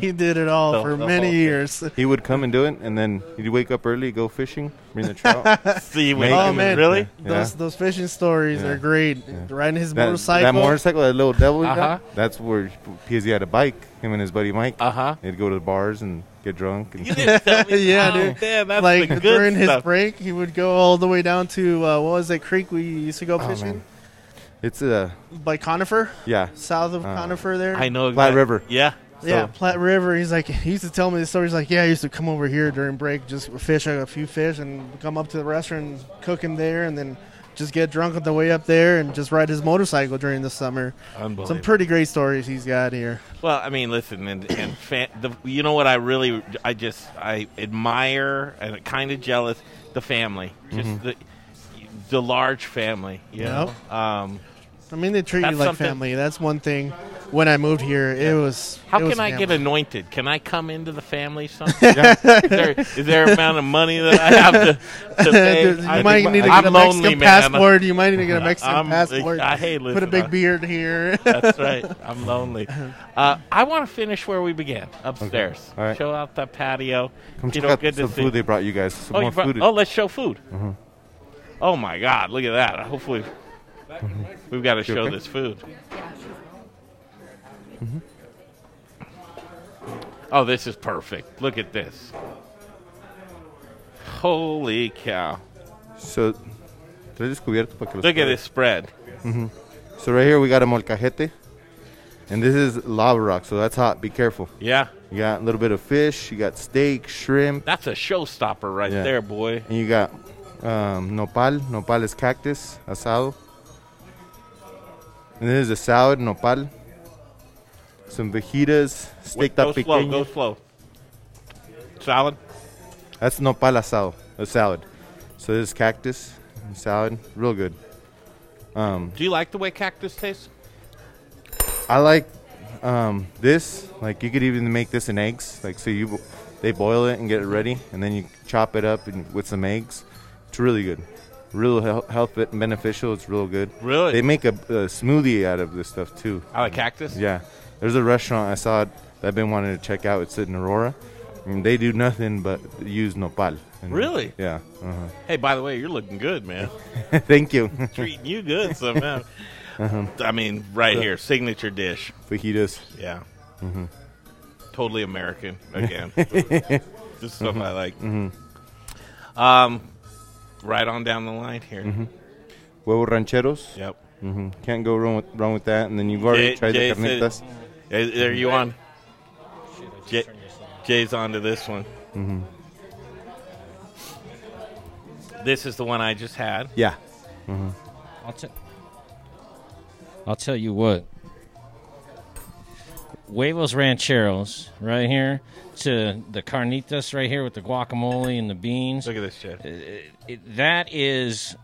S13: He did it all
S2: The-
S13: for
S2: the
S13: many
S2: whole-
S13: years.
S6: He would come and do it, and then he'd wake up early, go fishing, bring the trout.
S2: See,
S6: make
S13: oh
S6: them,
S13: man,
S6: really?
S13: Those those fishing stories
S6: Yeah.
S13: are great. Riding his
S6: that,
S13: motorcycle.
S6: That motorcycle, that little devil. he got,
S13: Uh-huh.
S6: That's where because he had a bike. Him and his buddy Mike. Uh
S2: huh.
S6: They'd go to the bars and get drunk. And
S13: yeah,
S2: Oh,
S13: dude.
S2: man, that's
S13: like
S2: the good
S13: during
S2: stuff.
S13: his break, he would go all the way down to uh, what was that creek we used to go
S6: Oh,
S13: fishing
S6: it's a
S13: by Conifer.
S6: yeah.
S13: south of
S6: Uh,
S13: Conifer there.
S6: Flat River.
S2: Yeah.
S13: Yeah,
S6: So-
S13: Platte River. He's like, he used to tell me the story. He's like, yeah, I used to come over here during break, just fish a few fish, and come up to the restaurant, and cook him there, and then just get drunk on the way up there, and just ride his motorcycle during the summer.
S2: Unbelievable.
S13: Some pretty great stories he's got here.
S2: Well, I mean, listen, and, and fan, the, you know what? I really, I just, I admire and kind of jealous the family, just
S13: Mhm.
S2: the the large family. You know? um,
S13: I mean, they treat
S2: That's
S13: you like
S2: something-
S13: family. That's one thing. When I moved here, it was
S2: how
S13: it was
S2: can I
S13: family.
S2: get anointed? Can I come into the family? Something? is, there, is there amount of money that I have to, to pay?
S13: Dude, you
S2: I-
S13: might need to
S2: I'm
S13: get a
S2: lonely,
S13: Mexican
S2: man.
S13: passport. You might need to get a Mexican
S2: I'm-
S13: passport.
S2: I, hey, listen,
S13: Put a big
S2: I-
S13: beard here. Uh-huh.
S2: That's right. I'm lonely. Uh, I want to finish where we began upstairs.
S6: All right.
S2: Show out the patio.
S6: Come
S2: you
S6: check
S2: know,
S6: out
S2: good
S6: some
S2: to see.
S6: food they brought you guys. Some
S2: oh,
S6: more
S2: you brought-
S6: food.
S2: oh, let's show food.
S6: Mhm.
S2: Oh my God! Look at that. Hopefully, we've got to
S6: Mm-hmm. You
S2: show
S6: okay? Mm-hmm.
S2: this food. Oh, this is perfect. Look at this. Holy cow!
S6: So, trae descubierto para que los
S2: Look at
S6: pruebe.
S2: this spread.
S6: Mhm. So right here we got a molcajete, and this is lava rock. So that's hot. Be careful.
S2: Yeah.
S6: You got a little bit of fish. You got steak, shrimp.
S2: That's a showstopper right
S6: Yeah.
S2: there, boy.
S6: And you got um, nopal. Nopal is cactus asado. And this is a salad nopal. Some fajitas, steak
S2: Go
S6: up
S2: slow. Go slow. Salad.
S6: That's nopal asado, a salad. So this is cactus and salad, real good. Um,
S2: Do you like the way cactus tastes?
S6: I like um, this. Like you could even make this in eggs. Like so you, they boil it and get it ready, and then you chop it up and, with some eggs. It's really good. Real health, health be- beneficial. It's real good.
S2: Really?
S6: They make a, a smoothie out of this stuff too.
S2: Out of cactus?
S6: Yeah. There's a restaurant I saw it that I've been wanting to check out. It's in Aurora. And they do nothing but use nopal. And-
S2: Really?
S6: Yeah. uh
S2: Hey, by the way, you're looking good, man.
S6: Thank you.
S2: Treating you good somehow.
S6: Uh-huh.
S2: I mean, right
S6: So-
S2: here, signature dish.
S6: Fajitas.
S2: Yeah.
S6: Mhm.
S2: Totally American again. Just stuff I like.
S6: Mhm.
S2: Um, right on down the line here.
S6: Mhm. Huevos rancheros.
S2: Yep.
S6: hmm Can't go wrong with, wrong with that. And then you've already
S2: Jay-
S6: tried
S2: Jay
S6: the carnitas.
S2: said- Hey, are you on? Jay, Jay's on to this one.
S6: hmm
S2: This is the one I just had.
S6: Yeah.
S7: Mm-hmm.
S6: hmm
S7: I'll, t- I'll tell you what. Huevos Rancheros right here to the carnitas right here with the guacamole and the beans. Look
S2: at this shit.
S7: that is.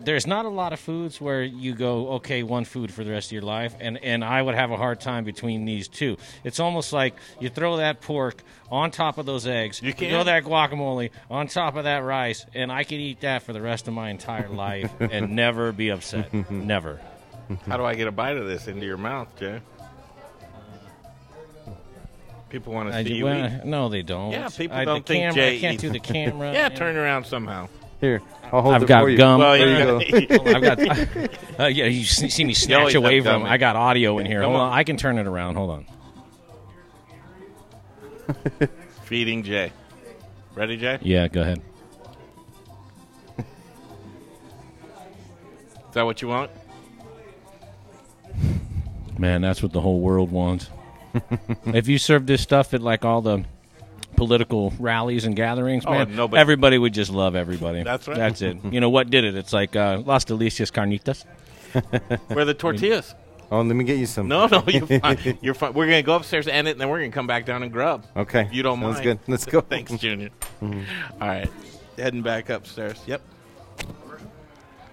S7: There's not a lot of foods where you go, okay, one food for the rest of your life, and, and I would have a hard time between these two. It's almost like you throw that pork on top of those eggs, you
S2: can.
S7: throw that guacamole on top of that rice, and I could eat that for the rest of my entire life and never be upset.
S6: Mm-hmm.
S7: never.
S2: How do I get a bite of this into your mouth, Jay? People want to
S7: I
S2: see
S7: do-
S2: you
S7: well,
S2: eat.
S7: no, they don't.
S2: Yeah, people
S7: I- the
S2: don't think
S7: camera- I
S2: Jay
S7: can't
S2: eats.
S7: do the camera,
S2: yeah,
S7: and-
S2: turn around somehow.
S6: Here, I'll hold
S7: I've
S6: it
S7: got
S6: for you.
S7: gum.
S2: Well,
S7: There
S2: you
S7: you
S2: got-
S7: go. I've got. Uh, yeah, you s- see me snatch
S2: always
S7: away
S2: have
S7: from.
S2: gum.
S7: I got audio in here.
S2: Come
S7: Hold
S2: on.
S7: on. I can turn it around. Hold on.
S2: Feeding Jay. Ready, Jay?
S7: Yeah, go ahead.
S2: Is that what you want?
S7: Man, that's what the whole world wants. if you served this stuff at like all the political rallies and gatherings,
S2: Oh,
S7: man,
S2: and nobody-
S7: everybody would just love everybody.
S2: That's right.
S7: That's it. You know what did it? It's like uh, Las Delicias Carnitas.
S2: Where the tortillas?
S6: Oh, let me get you some.
S2: No, no, you're fine. You're fine. We're gonna go upstairs, end it, and then we're gonna come back down and grub.
S6: Okay.
S2: If you don't
S6: Sounds good.
S2: mind.
S6: Let's go.
S2: Thanks, Junior.
S6: Mhm.
S2: All right. heading back upstairs. Yep.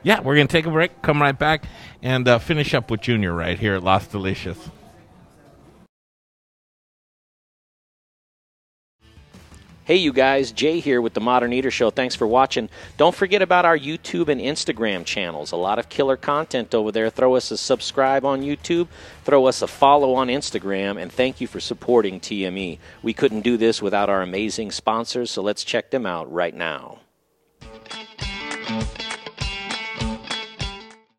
S2: Yeah, we're going to take a break, come right back, and uh, finish up with Junior right here at Las Delicious.
S5: Hey, you guys, Jay here with the Modern Eater Show. Thanks for watching. Don't forget about our YouTube and Instagram channels. A lot of killer content over there. Throw us a subscribe on YouTube, throw us a follow on Instagram, and thank you for supporting TME. We couldn't do this without our amazing sponsors, so let's check them out right now.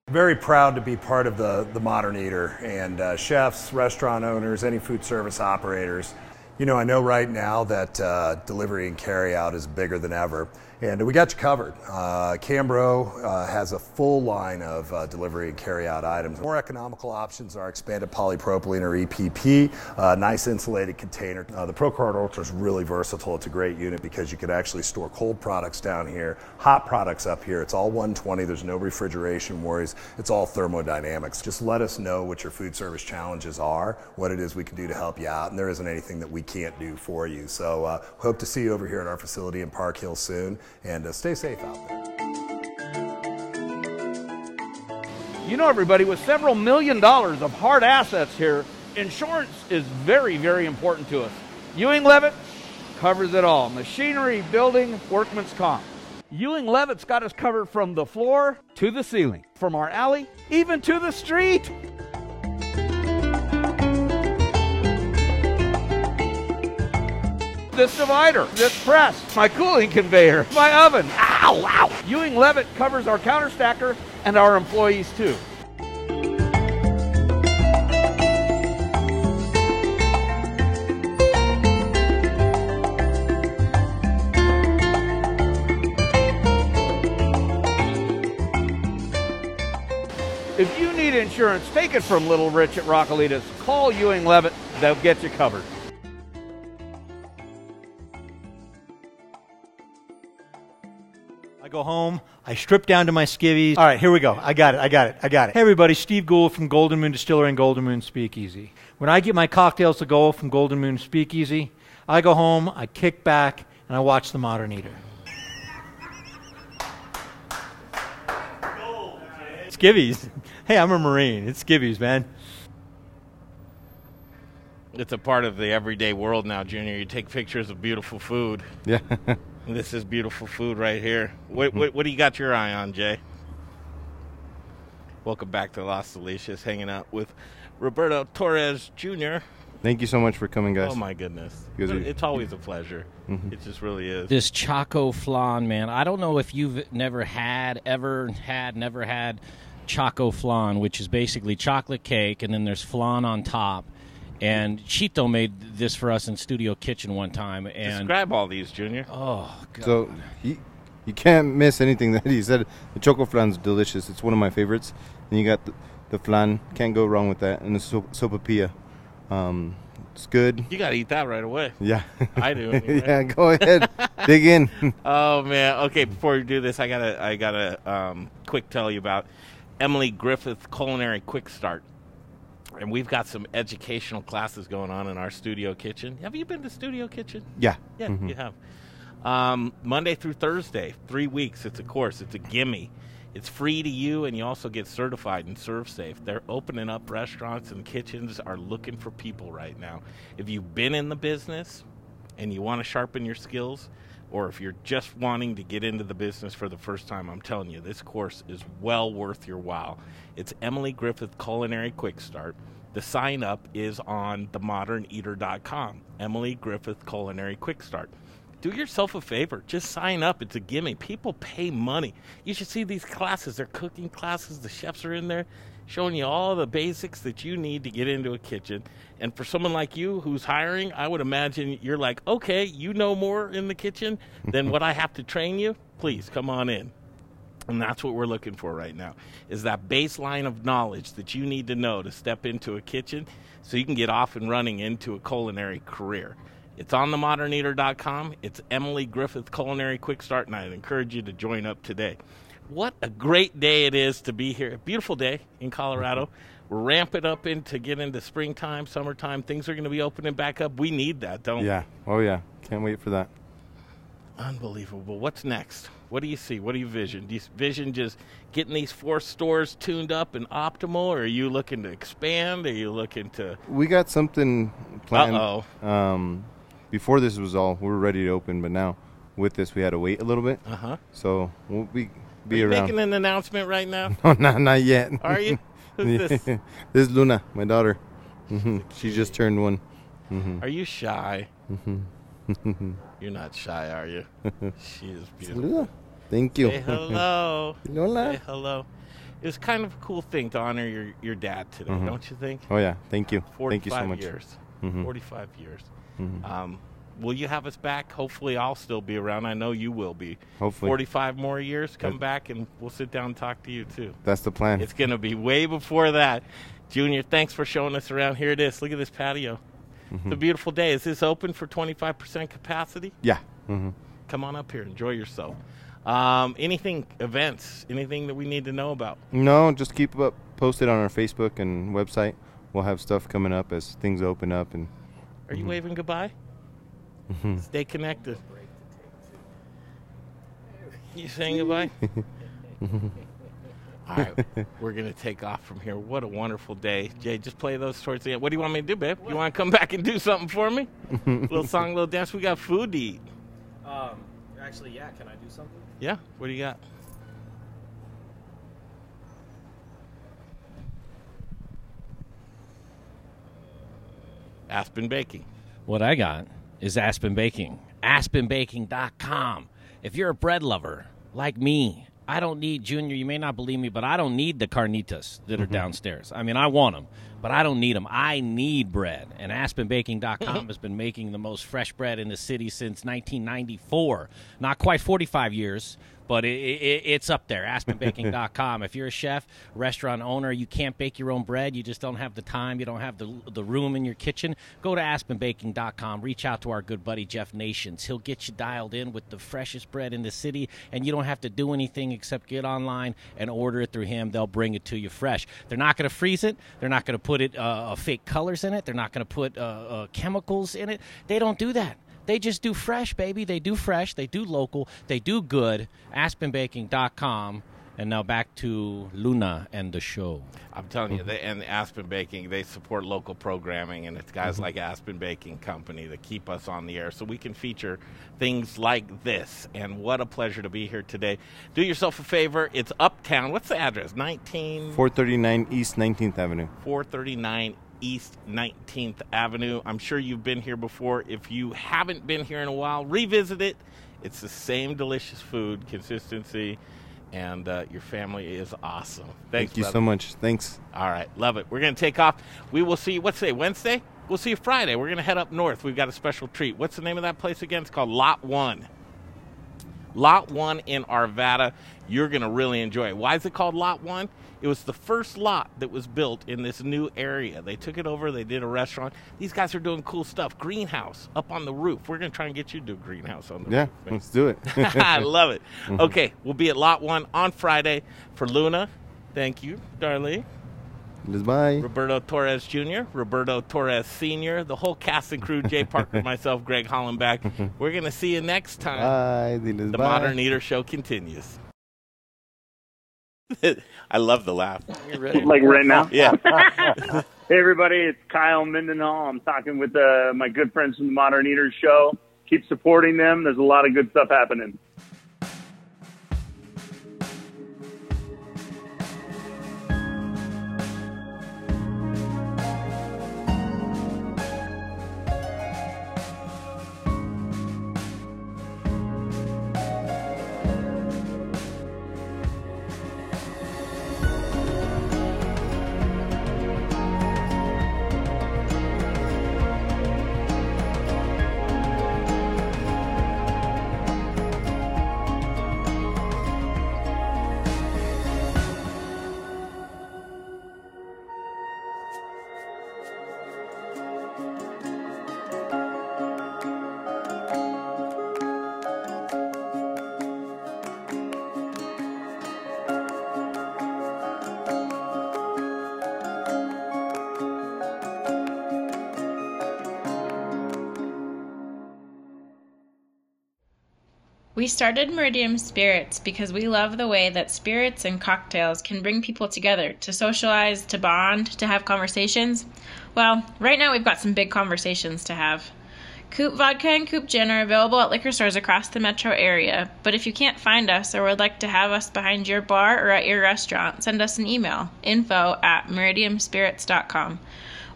S14: Very proud to be part of the, the Modern Eater and uh, chefs, restaurant owners, any food service operators. You know, I know right now that uh, delivery and carryout is bigger than ever, and we got you covered. Uh, Cambro uh, has a full line of uh, delivery and carryout items. More economical options are expanded polypropylene or EPP, uh, nice insulated container. Uh, the ProCard Ultra is really versatile. It's a great unit because you could actually store cold products down here, hot products up here. It's all 120. There's no refrigeration worries. It's all thermodynamics. Just let us know what your food service challenges are, what it is we can do to help you out, and there isn't anything that we can't do for you. So uh, hope to see you over here at our facility in Park Hill soon, and uh, stay safe out there.
S16: You know, everybody, with several million dollars of hard assets here, insurance is very, very important to us. Ewing Levitt covers it all machinery, building, workman's comp. Ewing Levitt's got us covered from the floor to the ceiling, from our alley, even to the street. This divider, this press, my cooling conveyor, my oven. Ow, ow. Ewing Levitt covers our counter stacker and our employees too. If you need insurance, take it from Little Rich at Rockalitas. Call Ewing Levitt, they'll get you covered.
S17: I go home. I strip down to my skivvies. All right, here we go. I got it. I got it. I got it. Hey, everybody. Steve Gould from Golden Moon Distillery and Golden Moon Speakeasy. When I get my cocktails to go from Golden Moon Speakeasy, I go home, I kick back, and I watch The Modern Eater. skivvies. Hey, I'm a Marine. It's skivvies, man.
S2: It's a part of the everyday world now, Junior. You take pictures of beautiful food.
S6: Yeah. Mm-hmm.
S2: This is beautiful food right here. What, what, what do you got your eye on, Jay? Welcome back to Las Delicias, hanging out with Roberto Torres Jr.
S6: Thank you so much for coming, guys.
S2: Oh my goodness,
S6: You guys are-
S2: it's always a pleasure.
S6: Mm-hmm.
S2: It just really is.
S7: This Choco Flan, man. I don't know if you've never had, ever had, never had Choco Flan, which is basically chocolate cake and then there's flan on top. And Chito made this for us in Studio Kitchen one time. And
S2: Describe all these, Junior.
S7: Oh, God.
S6: So you, you can't miss anything that he said. The choco flan's delicious. It's one of my favorites. And you got the, the flan. Can't go wrong with that. And the so, sopapilla. Um, it's good.
S2: You gotta eat that right away.
S6: Yeah.
S2: I do. anyway.
S6: Yeah, go ahead. Dig in.
S2: Oh man. Okay. Before we do this, I gotta I gotta um, quick tell you about Emily Griffith Culinary Quick Start, and we've got some educational classes going on in our studio kitchen. Have you been to Studio Kitchen?
S6: Yeah.
S2: Yeah, Mm-hmm.
S11: Mm-hmm.
S6: Mhm.
S2: you have. Um, Monday through Thursday, three weeks. It's a course. It's a gimme. It's free to you, and you also get certified in ServeSafe. They're opening up restaurants and kitchens are looking for people right now. If you've been in the business and you want to sharpen your skills, or if you're just wanting to get into the business for the first time, I'm telling you, this course is well worth your while. It's Emily Griffith Culinary Quick Start. The sign up is on themoderneater.com. Emily Griffith Culinary Quick Start. Do yourself a favor. Just sign up. It's a gimme. People pay money. You should see these classes. They're cooking classes. The chefs are in there showing you all the basics that you need to get into a kitchen. And for someone like you who's hiring, I would imagine you're like, okay, you know more in the kitchen than what I have to train you. Please come on in. And that's what we're looking for right now is that baseline of knowledge that you need to know to step into a kitchen so you can get off and running into a culinary career. It's on themoderneater.com. It's Emily Griffith Culinary Quick Start, and I encourage you to join up today. What a great day it is to be here. A beautiful day in Colorado. We're ramping up into get into springtime, summertime. Things are going to be opening back up. We need that, don't we?
S6: Yeah. Oh, yeah. Can't wait for that.
S2: Unbelievable. What's next? What do you see? What do you vision? Do you s- vision just getting these four stores tuned up and optimal, or are you looking to expand? Are you looking to?
S6: We got something planned.
S2: Uh-oh.
S6: Um, before this was all, we were ready to open, but now with this, we had to wait a little bit.
S2: Uh-huh.
S6: So we'll be
S2: Are
S6: be
S2: you
S6: around.
S2: making an announcement right now?
S6: um, no, not not yet.
S2: Are you? Who's this?
S6: this is Luna, my daughter. hmm She just turned one. hmm
S2: Are you shy?
S6: hmm
S2: You're not shy, are you? she is beautiful.
S6: Saluda. Thank you.
S2: Say hello.
S6: Lola.
S2: Say hello. It was kind of a cool thing to honor your, your dad today,
S6: Mhm.
S2: don't you think?
S6: Oh, yeah. Thank you. Thank you so
S2: 45
S6: much.
S2: Years.
S6: Mhm.
S2: 45 years.
S6: Mhm.
S2: Um, will you have us back? Hopefully, I'll still be around. I know you will be.
S6: Hopefully.
S2: 45 more years. Come back and we'll sit down and talk to you, too.
S6: That's the plan.
S2: It's going to be way before that. Junior, thanks for showing us around. Here it is. Look at this patio. It's a
S6: Mhm.
S2: beautiful day. Is this open for 25% capacity?
S6: Yeah. hmm
S2: Come on up here. Enjoy yourself. Um, anything, events, anything that we need to know about?
S6: No, just keep up posted on our Facebook and website. We'll have stuff coming up as things open up and
S2: Are you waving goodbye?
S6: Mhm.
S2: Stay connected. You saying goodbye? Mm. All right, we're gonna take off from here. What a wonderful day, Jay. Just play those towards the end. What do you want me to do, babe? You want to come back and do something for me? little song, little dance. We got food to eat.
S15: Um, actually, yeah. Can I do something?
S2: Yeah. What do you got? Aspen Baking.
S7: What I got is Aspen Baking. AspenBaking.com. If you're a bread lover like me, I don't need Junior. You may not believe me, but I don't need the carnitas that are downstairs. I mean, I want them, but I don't need them. I need bread. And AspenBaking.com has been making the most fresh bread in the city since 1994. Not quite 45 years, but it, it, it's up there. AspenBaking.com com. If you're a chef, restaurant owner, you can't bake your own bread, you just don't have the time, you don't have the, the room in your kitchen, go to aspenbaking.com. Reach out to our good buddy Jeff Nations. He'll get you dialed in with the freshest bread in the city, and you don't have to do anything except get online and order it through him. They'll bring it to you fresh. They're not going to freeze it, they're not going to put it uh, uh, fake colors in it, they're not going to put uh, uh, chemicals in it. They don't do that. They just do fresh, baby. They do fresh. They do local. They do good. AspenBaking.com. And now back to Luna and the show.
S2: I'm telling you, they, and Aspen Baking, they support local programming, and it's guys
S7: Mhm.
S2: like Aspen Baking Company that keep us on the air so we can feature things like this. And what a pleasure to be here today. Do yourself a favor. It's Uptown. What's the address? 19.
S6: 439 East 19th Avenue.
S2: 439 East 19th Avenue. I'm sure you've been here before. If you haven't been here in a while, revisit it. It's the same delicious food, consistency, and uh, your family is awesome. Thanks,
S6: Thank you
S2: brother.
S6: so much. Thanks.
S2: All right, love it. We're going to take off. We will see you, what's today, Wednesday? We'll see you Friday. We're going to head up north. We've got a special treat. What's the name of that place again? It's called Lot One. Lot One in Arvada. You're going to really enjoy it. Why is it called Lot One? It was the first lot that was built in this new area. They took it over, they did a restaurant. These guys are doing cool stuff. Greenhouse up on the roof. We're going to try and get you to do a greenhouse on the
S6: Yeah,
S2: roof. man.
S6: let's do it.
S2: I love it.
S6: Mhm.
S2: Okay, we'll be at Lot One on Friday for Luna. Thank you, Darlene.
S6: Just bye.
S2: Roberto Torres Jr., Roberto Torres Sr., the whole cast and crew, Jay Parker, myself, Greg Hollenbach. We're going to see you next time.
S6: Bye. Diles
S2: the
S6: bye.
S2: Modern Eater Show continues. I love the laugh.
S18: Like right now?
S2: Yeah.
S18: hey, everybody, it's Kyle Mindenhall. I'm talking with uh, my good friends from the Modern Eaters Show. Keep supporting them. There's a lot of good stuff happening.
S19: We started Meridium Spirits because we love the way that spirits and cocktails can bring people together to socialize, to bond, to have conversations. Well, right now we've got some big conversations to have. Coop Vodka and Coop Gin are available at liquor stores across the metro area, but if you can't find us or would like to have us behind your bar or at your restaurant, send us an email info at meridiumspirits.com.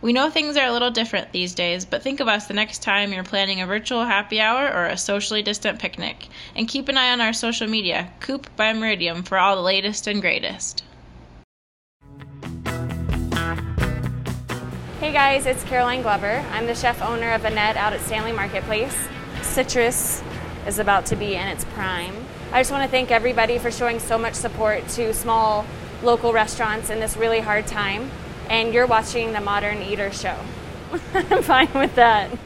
S19: We know things are a little different these days, but think of us the next time you're planning a virtual happy hour or a socially distant picnic. And keep an eye on our social media, Coop by Meridium, for all the latest and greatest.
S20: Hey guys, it's Caroline Glover. I'm the chef owner of Annette out at Stanley Marketplace. Citrus is about to be in its prime. I just want to thank everybody for showing so much support to small local restaurants in this really hard time. And you're watching the Modern Eater Show. I'm fine with that.